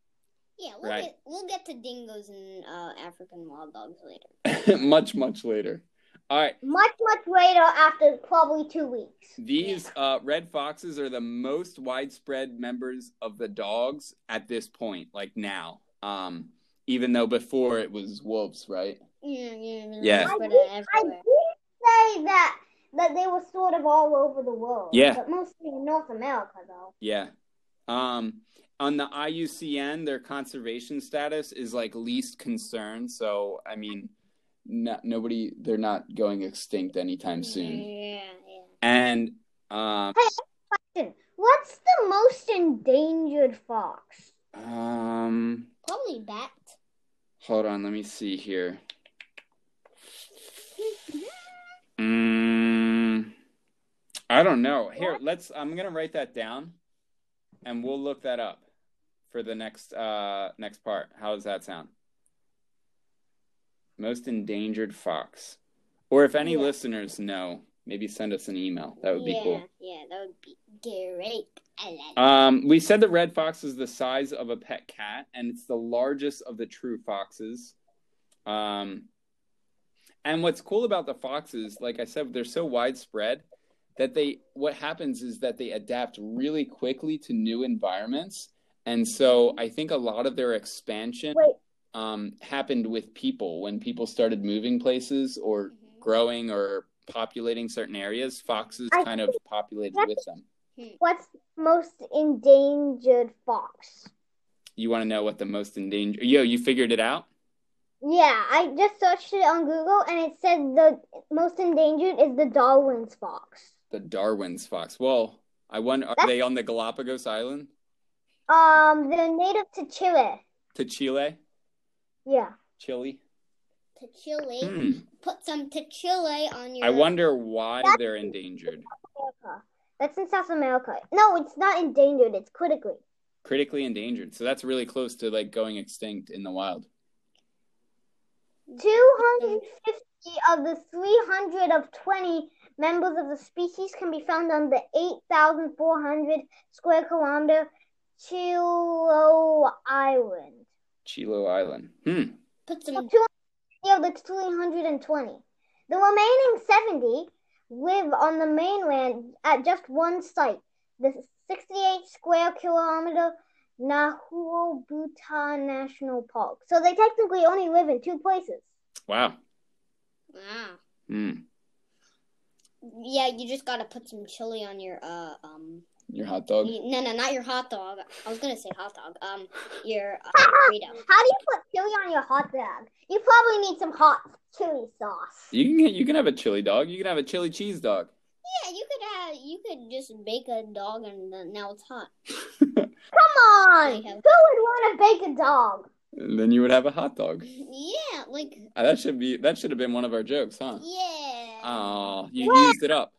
yeah, we'll,
Right.
get, we'll get to dingoes and uh, African wild dogs later.
much, much later. All right.
Much, much later, after probably two weeks.
These uh, red foxes are the most widespread members of the dogs at this point, like now. Um, even though before it was wolves, right?
Yeah, yeah,
Yeah.
But,
I
uh,
I
everywhere.
did say that that they were sort of all over the world.
Yeah.
But mostly in North America, though.
Yeah. Um, on the IUCN, their conservation status is like least concern. So, I mean, no, nobody, they're not going extinct anytime soon.
Yeah, yeah.
And uh,
Question, What's the most endangered fox?
um,
Probably bat.
hold on, let me see here. Mm, I don't know. Here, let's. I'm gonna write that down, and we'll look that up for the next uh next part. How does that sound? Most endangered fox, or if any
Yeah.
listeners know, maybe send us an email. That would be
yeah,
cool.
Yeah, that would be great. I like it.
Um, we said the red fox is the size of a pet cat, and it's the largest of the true foxes. Um, and what's cool about the foxes, like I said, they're so widespread that they what happens is that they adapt really quickly to new environments. And so I think a lot of their expansion
Wait.
um, happened with people when people started moving places or growing or populating certain areas. Foxes
I
kind of populated with them.
Mm-hmm. Hmm.
What's the most endangered fox?
You want to know what the most endangered? Yo, you figured it out?
Yeah, I just searched it on Google and it said the most endangered is the Darwin's fox.
The Darwin's fox. Well, I wonder, are they on the Galapagos Island
Um, they're native to Chile.
to Chile?
Yeah.
Chile?
Tachili.
Hmm.
Put some tachili on your.
I wonder why they're endangered.
America. That's in South America. No, it's not endangered. It's critically.
Critically endangered. So that's really close to like going extinct in the wild.
250 of the 320 members of the species can be found on the 8,400 square kilometer Chilo Island.
Chilo Island. Hmm.
Put
So
some.
250 of the 320. The remaining 70 live on the mainland at just one site, the 68 square kilometer Nahuel Bhutan National Park. So they technically only live in two places.
Wow.
Wow.
Hmm.
Yeah, you just gotta put some chili on your uh um.
Your hot dog.
No, no, not your hot dog. I was gonna say hot dog. Um, your uh,
How do
burrito.
you put chili on your hot dog? You probably need some hot chili sauce.
You can get, you can have a chili dog. You can have a chili cheese dog.
Yeah, you could have. You could just bake a dog and then now it's hot.
Come on!
I
Who
have-
would want to bake a dog?
And then you would have a hot dog.
Yeah, like
Uh, That should be that should have been one of our jokes, huh?
yeah.
Oh, you
Yeah.
used it up.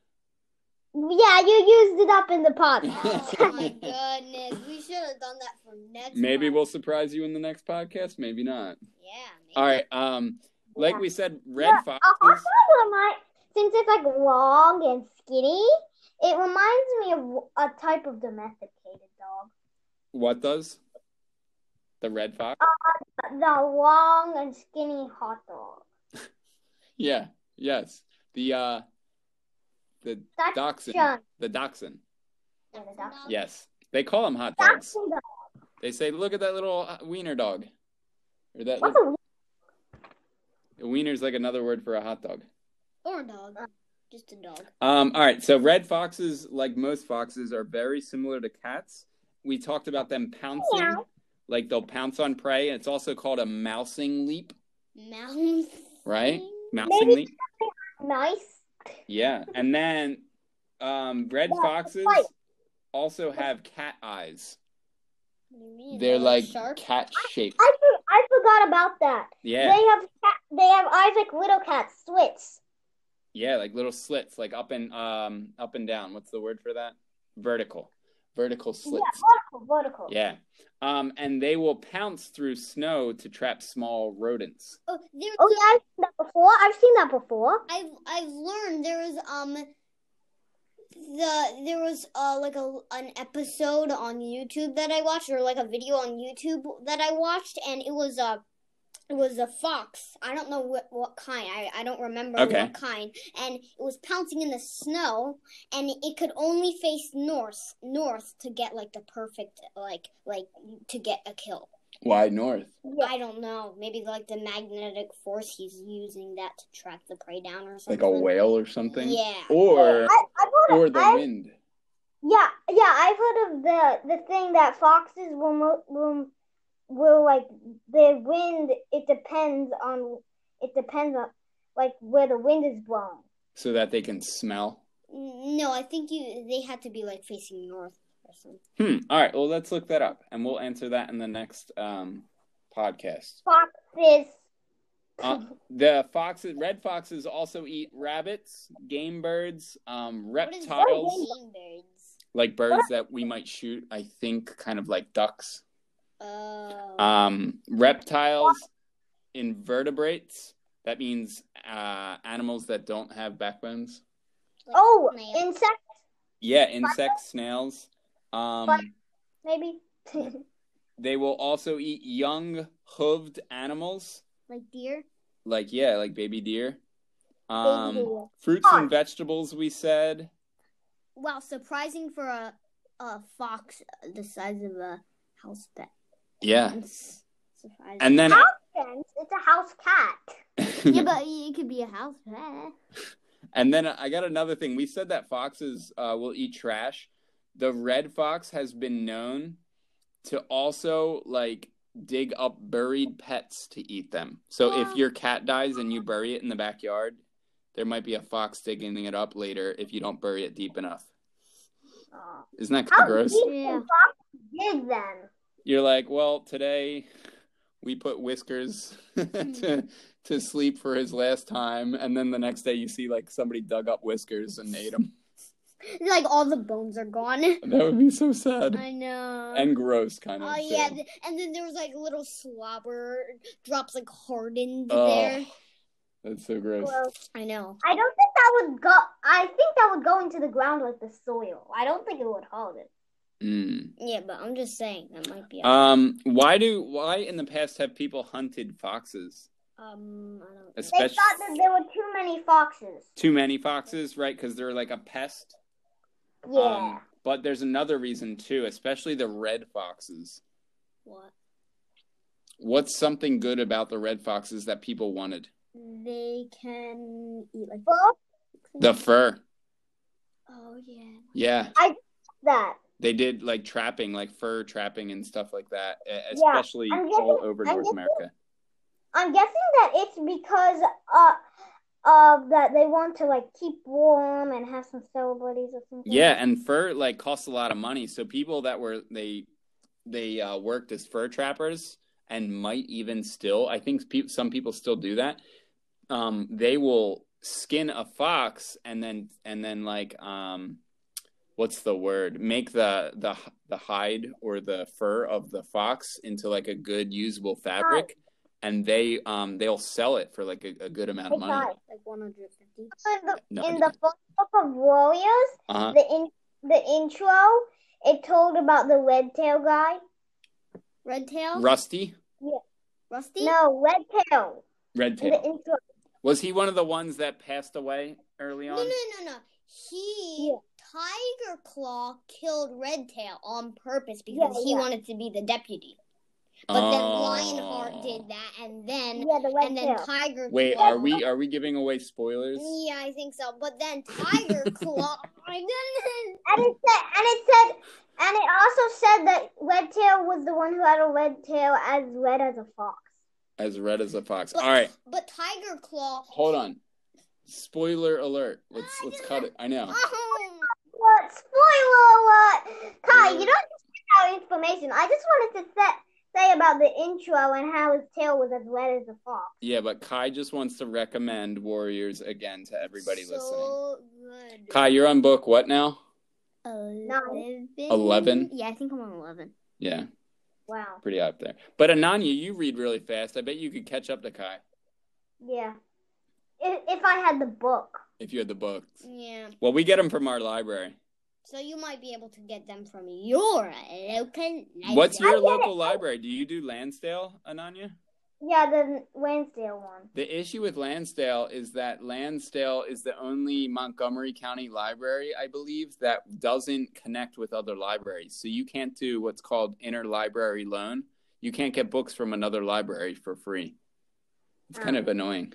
Yeah, you used it up in the
Oh
podcast.
my goodness, we should have done that for next.
Maybe
month.
we'll surprise you in the next podcast, maybe not.
Yeah. Maybe.
All right, um like
Yeah.
we said red
Yeah, uh-huh. A hot
foxes.
dog remind, since it's like long and skinny, it reminds me of a type of domesticated dog.
What does? The red fox?
The long and skinny hot dog.
Yeah. Yes. The uh the
That's
dachshund.
junk.
The dachshund.
Yeah, the dog.
Yes. They call them hot dogs.
Dachshund dog.
They say, "Look at that little uh, wiener dog." Or that
What's a wiener?
wiener's like another word for a hot dog.
Or a dog. Just a dog.
Um, all right. So red foxes, like most foxes, are very similar to cats. We talked about them pouncing,
Meow.
like they'll pounce on prey. It's also called a mousing leap,
Mountain.
right? Mousing
Maybe-
leap.
nice?
Yeah. And then um, red
Yeah,
foxes
right.
also have cat eyes.
What do you mean?
They're like
sharp.
cat shaped.
I, for, I forgot about that.
Yeah.
They have cat, they have eyes like little cats, slits.
Yeah, like little slits, like up and um up and down. What's the word for that? Vertical. Vertical slits.
Vertical, vertical.
Yeah. Um, and they will pounce through snow to trap small rodents.
Oh, there.
Oh yeah, I've seen that before. I've seen that before.
I've I've learned there was um the there was uh like a an episode on YouTube that I watched or like a video on YouTube that I watched and it was uh it was a fox. I don't know what, what kind. I, I don't remember
Okay.
what kind. And it was pouncing in the snow, and it could only face north north to get like the perfect like like to get a kill.
Why north?
I don't know. Maybe like the magnetic force he's using that to track the prey down or something.
Like a whale Oh. or something?
Yeah.
Or
Mm-hmm. I, I've heard
or
of,
the
I've,
wind.
yeah, yeah, I've heard of the the thing that foxes will mo- will will like the wind. It depends on it depends on like where the wind is blowing.
So that they can smell.
No, I think you they had to be like facing north or something.
Hmm. All right. Well, let's look that up and we'll answer that in the next um podcast.
Foxes.
Uh, the foxes, red foxes also eat rabbits, game birds, um,
What is
reptiles.
game birds?
like birds that we might shoot i think kind of like ducks
Oh,
um reptiles invertebrates that means uh animals that don't have backbones
like
Oh,
snails.
insects
yeah insects snails um
maybe.
they will also eat young hooved animals
like deer.
like yeah like baby deer
Baby
um
deer.
fruits and vegetables we said
Wow, surprising for a a fox the size of a house pet.
yeah
That's surprising.
and then
Fence, It's a house cat.
yeah, but it could be a house pet.
And then I got another thing. We said that foxes uh, will eat trash. The red fox has been known to also like dig up buried pets to eat them. So if
Wow.
your cat dies and you bury it in the backyard, there might be a fox digging it up later if you don't bury it deep enough.
Aw.
Isn't that kind
How
of gross?
deep
Yeah.
can foxes dig them?
You're like, well, today we put Whiskers
Hmm.
to to sleep for his last time, and then the next day you see like somebody dug up Whiskers and ate him.
Like all the bones are gone.
That would be so sad.
I know.
and gross kind of.
oh
too.
yeah, th- and then there was like little slobber drops like hardened
Oh.
there.
that's so gross.
Well,
I know.
I don't think that would go. I think that would go into the ground like the soil. I don't think it would hold it.
Mm.
Yeah, but I'm just saying that might be. A-
Um, why do why in the past have people hunted foxes?
Um, I don't.
They
Especially
thought that there were too many foxes.
too many foxes, right? Because they're like a pest.
Yeah.
Um, but there's another reason too, especially the red foxes.
What
What's something good about the red foxes that people wanted?
they can eat like
Well,
The fur.
oh yeah.
Yeah,
that.
they did like trapping, like fur trapping and stuff like that, e-
Yeah,
especially
I'm guessing-
all over
I'm
North
guessing-
America.
I'm guessing that it's because uh of that they want to like keep warm and have some celebrities or something.
Yeah, and fur like costs a lot of money. So people that were they they uh, worked as fur trappers and might even still, I think pe- some people still do that. Um, they will skin a fox and then and then like um, what's the word? Make the the the hide or the fur of the fox into like a good usable fabric, and they um they'll sell it for like a, a good amount of money.
Guys,
like 150.
in the,
No,
in
I
the first book of Warriors,
Uh-huh.
the in the intro, it told about the red tail guy.
Red tail?
Rusty,
Rusty?
No, red tail.
red
In the
tail.
intro.
Was he one of the ones that passed away early
No,
on?
no, no, no. He
Yeah.
Tiger Claw killed Red Tail on purpose because
Yeah,
he
yeah.
wanted to be the deputy. But then
Oh.
Lionheart did that, and then
Yeah, the red
and then
tail.
Tiger.
Wait,
Claw.
are we are we giving away spoilers?
Yeah, I think so. But then Tiger Claw. and then-
And it said, and it said, and it also said that Red Tail was the one who had a red tail as red as a fox.
As red as a fox.
but,
All right,
But Tiger Claw.
hold on. Spoiler alert. Let's let's cut it. I know.
Oh,
What spoiler alert! Kai,
Yeah.
Mm.
you don't understand our information. I just wanted to set, say about the intro and how his tail was as red as a fox.
Yeah, but Kai just wants to recommend Warriors again to everybody listening.
so good.
Kai, you're on book what now?
Eleven.
Eleven?
Yeah, I think I'm on eleven.
Yeah,
Wow.
pretty up there. But Ananya, you read really fast. I bet you could catch up to Kai
Yeah. If, if I had the book.
if you had the books.
Yeah.
Well, we get them from our library.
So you might be able to get them from your local.
What's
library.
your local library? Do you do Lansdale, Ananya?
Yeah, the Lansdale one.
The issue with Lansdale is that Lansdale is the only Montgomery County library, I believe, that doesn't connect with other libraries. So you can't do what's called interlibrary loan. You can't get books from another library for free. It's kind of annoying.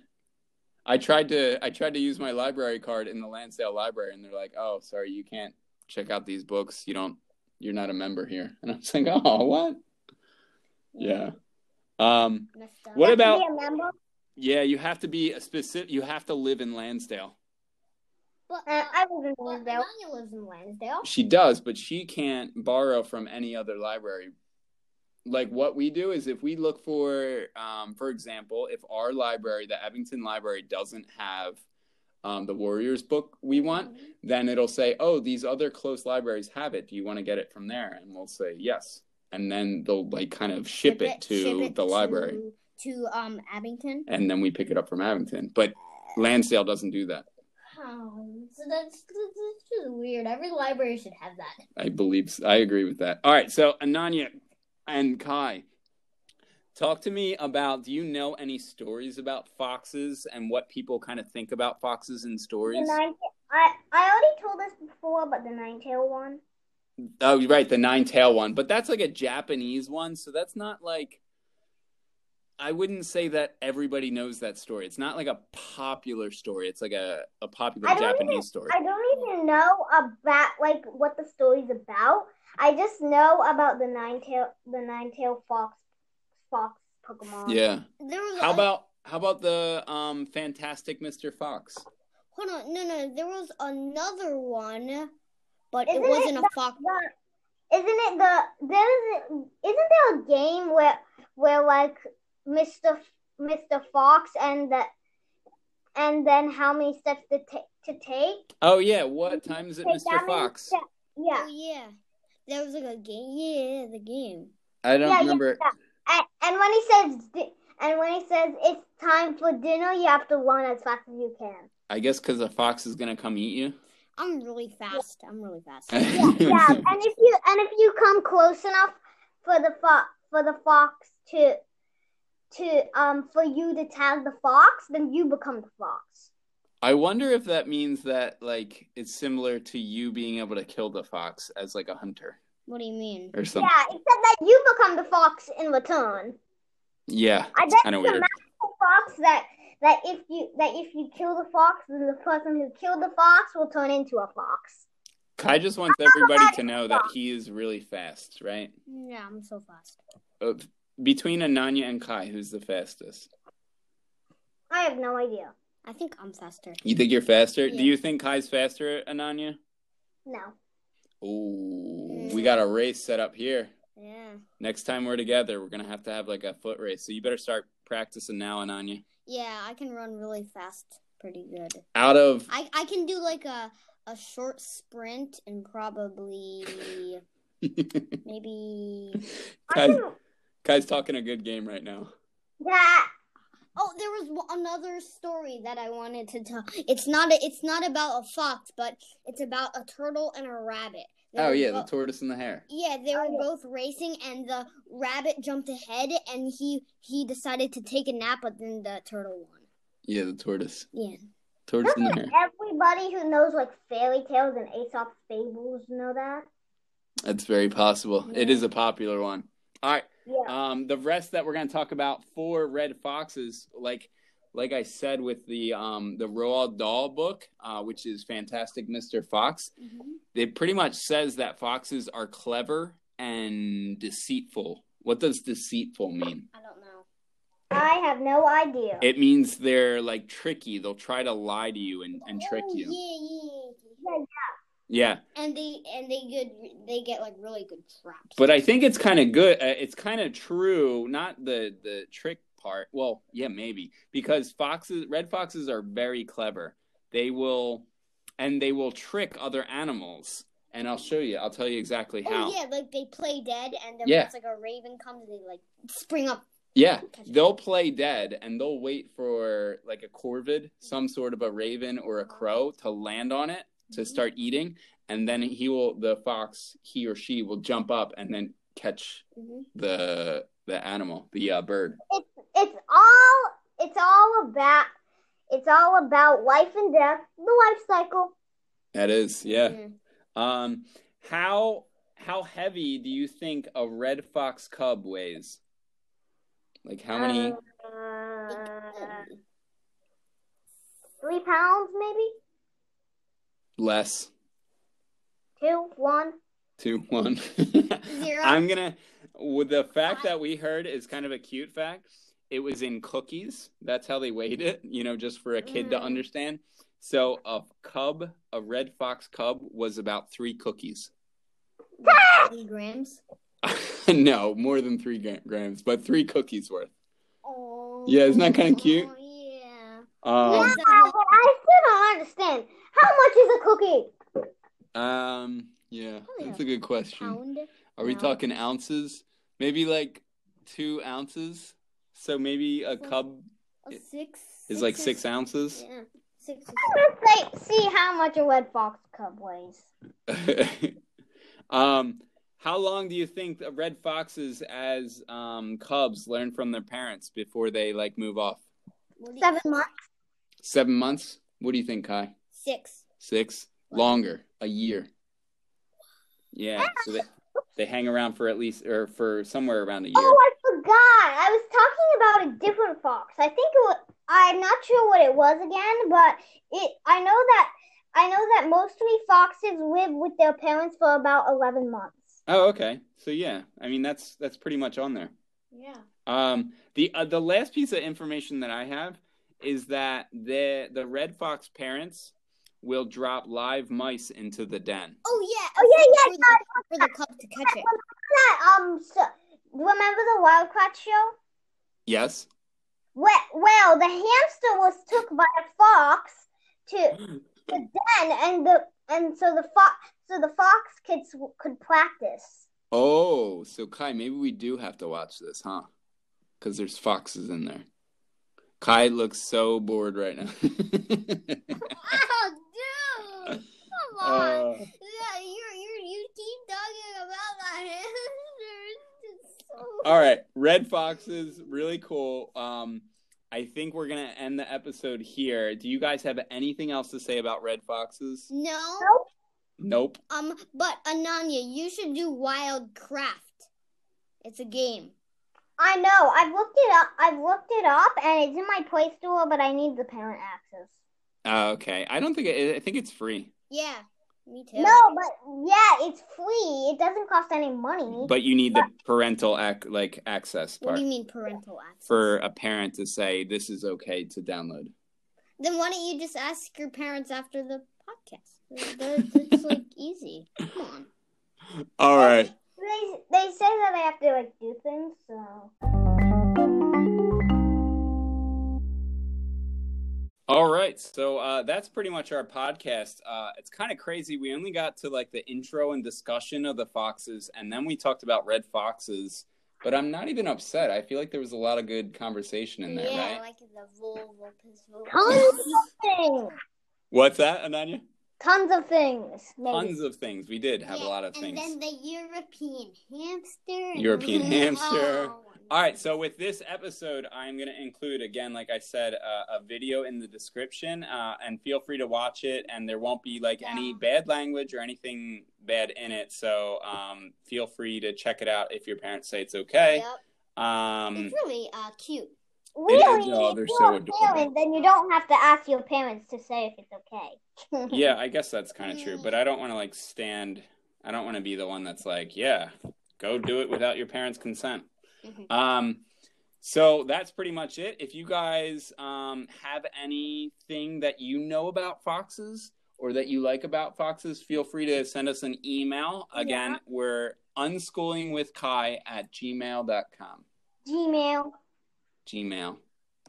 I tried to I tried to use my library card in the Lansdale library and they're like, "Oh, sorry, you can't check out these books. You don't you're not a member here." And I was like, "Oh, what?" Yeah. Um
Messed up.
What about-
Be a member?
yeah, you have to be a specific. You have to live in Lansdale.
But,
Uh, I was in
but
Lansdale.
Melania lives in Lansdale.
She does, but she can't borrow from any other library. Like what we do is if we look for, um, for example, if our library, the Abington Library, doesn't have um, the Warriors book we want, then it'll say, "Oh, these other close libraries have it. Do you want to get it from there?" And we'll say, "Yes." And then they'll like kind of ship, it to
ship it
the library,
to- to um Abington.
and then we pick it up from Abington. But Lansdale doesn't do that.
Oh, so that's that's just weird. Every library should have that.
I believe I agree with that. All right, so Ananya and Kai, talk to me about do you know any stories about foxes and what people kind of think about foxes and
The
stories?
nine, I, I already told this before, but the nine tail one.
Oh, you're right, the nine tail one, but that's like a Japanese one, so that's not like I wouldn't say that everybody knows that story. It's not like a popular story. It's like a, a popular
I don't
Japanese
even-
story.
I don't even know about like what the story's about. I just know about the nine tail the nine tail fox fox Pokemon.
yeah.
There was
How
a-
about how about the um fantastic Mr. Fox?
hold on, no, no, there was another one, but it
Isn't it
wasn't a fox.
But isn't it the there is isn't there a game where where like Mr. F- Mr. Fox and the and then how many steps to, ta- to take?
Oh yeah, what time is it,
Take that
Mr.
many
Fox?
steps. Yeah.
Oh yeah, there was like a game. Yeah, the game.
I don't
Yeah, yeah,
remember.
yeah. And, and when he says di- and when he says it's time for dinner, you have to run as fast as you can.
I guess because a fox is gonna come eat you.
I'm really fast. I'm really fast.
Yeah, yeah. and if you and if you come close enough for the fox for the fox to to um for you to tag the fox, then you become the fox.
I wonder if that means that like it's similar to you being able to kill the fox as like a hunter
What do you mean?
or something.
Yeah, except that you become the fox in return.
Yeah,
I
it's
bet
kind of
it's a
weird.
magical fox that that if you that if you kill the fox, then the person who killed the fox will turn into a fox.
Kai just wants everybody to know that he is really fast, right?
Yeah, I'm so fast.
Uh, Between Ananya and Kai, who's the fastest?
I have no idea.
I think I'm faster.
You think you're faster?
Yeah.
Do you think Kai's faster, Ananya?
No.
Ooh, we got a race set up here.
Yeah.
Next time we're together, we're gonna have to have like a foot race. So you better start practicing now, Ananya.
Yeah, I can run really fast, pretty good.
Out of
I I can do like a a short sprint and probably maybe
I
Kai's,
can,
Kai's talking a good game right now.
yeah.
Oh, there was one- another story that I wanted to tell. It's not a, it's not about a fox, but it's about a turtle and a rabbit. They
Oh
were
yeah,
bo-
the tortoise and the hare.
yeah, they were
Oh, yeah.
both racing, and the rabbit jumped ahead, and he he decided to take a nap, but then the turtle won.
Yeah, the tortoise.
Yeah.
Tortoise and the hare.
Everybody who knows like fairy tales and Aesop's fables know that.
That's very possible. It is a popular one. All right.
Yeah.
Um, the rest that we're going to talk about for Red Foxes, like like I said with the um, the Roald Dahl book, uh, which is Fantastic Mr. Fox,
Mm-hmm.
it pretty much says that foxes are clever and deceitful. What does deceitful mean?
I don't know.
I have no idea.
It means they're like tricky. They'll try to lie to you and, and trick
Oh,
you.
Yeah, yeah,
Yeah.
yeah. And they and they get they get like really good traps.
but I think it's kind of good. Uh, it's kind of true, not the the trick part. Well, yeah, maybe because foxes, red foxes, are very clever. They will, and they will trick other animals. And I'll show you. I'll tell you exactly how.
oh yeah, like they play dead, and then
Yeah.
when it's like a raven comes, they like spring up.
Yeah, they'll play dead and they'll wait for like a corvid, some sort of a raven or a crow to land on it to start eating, and then he will the fox, he or she will jump up and then catch
Mhm.
the the animal, the uh, bird.
it's all it's all about it's all about life and death, the life cycle.
That is, yeah.
Mhm.
Um, how how heavy do you think a red fox cub weighs? Like how many?
Uh, three pounds, maybe
Less
two, one.
two one.
Zero.
I'm gonna. With the fact
Five.
that we heard is kind of a cute fact. It was in cookies. That's how they weighed it. You know, just for a kid to
Mm.
understand. So a cub, a red fox cub, was about three cookies.
Three grams.
no, more than three gra- grams, but three cookies worth.
Oh.
Yeah, isn't that kinda cute?
Oh, yeah.
Um,
Yeah, but I still don't understand. How much is a cookie?
Um, yeah,
Probably
that's
a
a good question.
Oh, Pound.
Are we
no.
talking ounces? Maybe like two ounces. So maybe a
Well,
cub
A
It-
six.
is like six ounces.
Yeah. Six.
Let's say, see how much a red fox cub weighs.
um, how long do you think the red foxes as um cubs learn from their parents before they like move off?
What do you-
Seven months.
Seven months? What do you think, Kai?
Six.
Six? Longer? A year? Yeah. So they they hang around for at least or for somewhere around a year.
Oh, I forgot. I was talking about a different fox. I think it was, I'm not sure what it was again, but it. I know that I know that mostly foxes live with their parents for about eleven months.
Oh, okay. So yeah, I mean that's that's pretty much on there.
Yeah.
Um, the uh, the last piece of information that I have is that the the red fox parents will drop live mice into the den.
Oh yeah.
Oh, yeah, yeah,
For the, for the cub to catch it.
That um, so, remember the Wildcat show?
Yes.
Well, well, the hamster was took by a fox to the den, and the and so the fox so the fox kids could practice.
Oh, so Kai, maybe we do have to watch this, huh? Because there's foxes in there. Kai looks so bored right now.
Oh, dude. Come
Uh,
Yeah, you're, you're, you keep talking about the hamsters. It's so...
All right, Red Foxes, really cool. Um, I think we're gonna end the episode here. Do you guys have anything else to say about Red Foxes?
No,
Nope.
um, but Ananya, you should do Wild Craft. It's a game.
I know. I've looked it up. I've looked it up, and it's in my Play Store, but I need the parent access.
Uh, okay, I don't think it, I think it's free,
Yeah, me too.
No, but yeah, it's free. It doesn't cost any money.
but you need the parental ac- like access
What
part
do you mean parental access?
for a parent to say this is okay to download.
Then why don't you just ask your parents after the podcast? They're- It's like easy. Come on.
All right.
they they say that I have to like do things, so.
All right, so uh, that's pretty much our podcast. Uh, it's kind of crazy. We only got to like the intro and discussion of the foxes, and then we talked about red foxes. But I'm not even upset. I feel like there was a lot of good conversation in there,
yeah,
right?
like the Volvo
Tons of things.
What's that, Ananya?
Tons of things. Maybe.
Tons of things. We did have a lot of things.
And then the European hamster. and-
European hamster.
Oh,
All right, so with this episode, I'm going to include, again, like I said, uh, a video in the description, uh, and feel free to watch it. And there won't be like any bad language or anything bad in it, so um, feel free to check it out if your parents say it's okay.
Yep.
Um,
It's really uh, cute.
Really,
oh,
if
they're
you're
so
a
adorable.
parent, then you don't have to ask your parents to say if it's okay.
yeah, I guess that's kind of true, but I don't want to like stand. I don't want to be the one that's like, yeah, go do it without your parents' consent.
Mm-hmm.
Mhm.
Um, so that's pretty much it. If you guys um, have anything that you know about foxes or that you like about foxes, feel free to send us an email. Again,
Yeah.
we're unschoolingwithkai at gmail.com.
Gmail.
Gmail.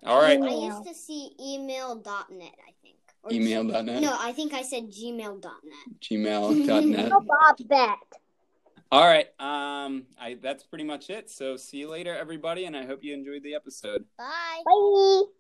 All right.
I
Email.
used to see email.net, I think. Or
Email.net.
G- No, I think I said gmail.net.
Gmail.net.
How about that?
All right. Um, I, that's pretty much it. So see you later, everybody. And I hope you enjoyed the episode.
Bye.
Bye.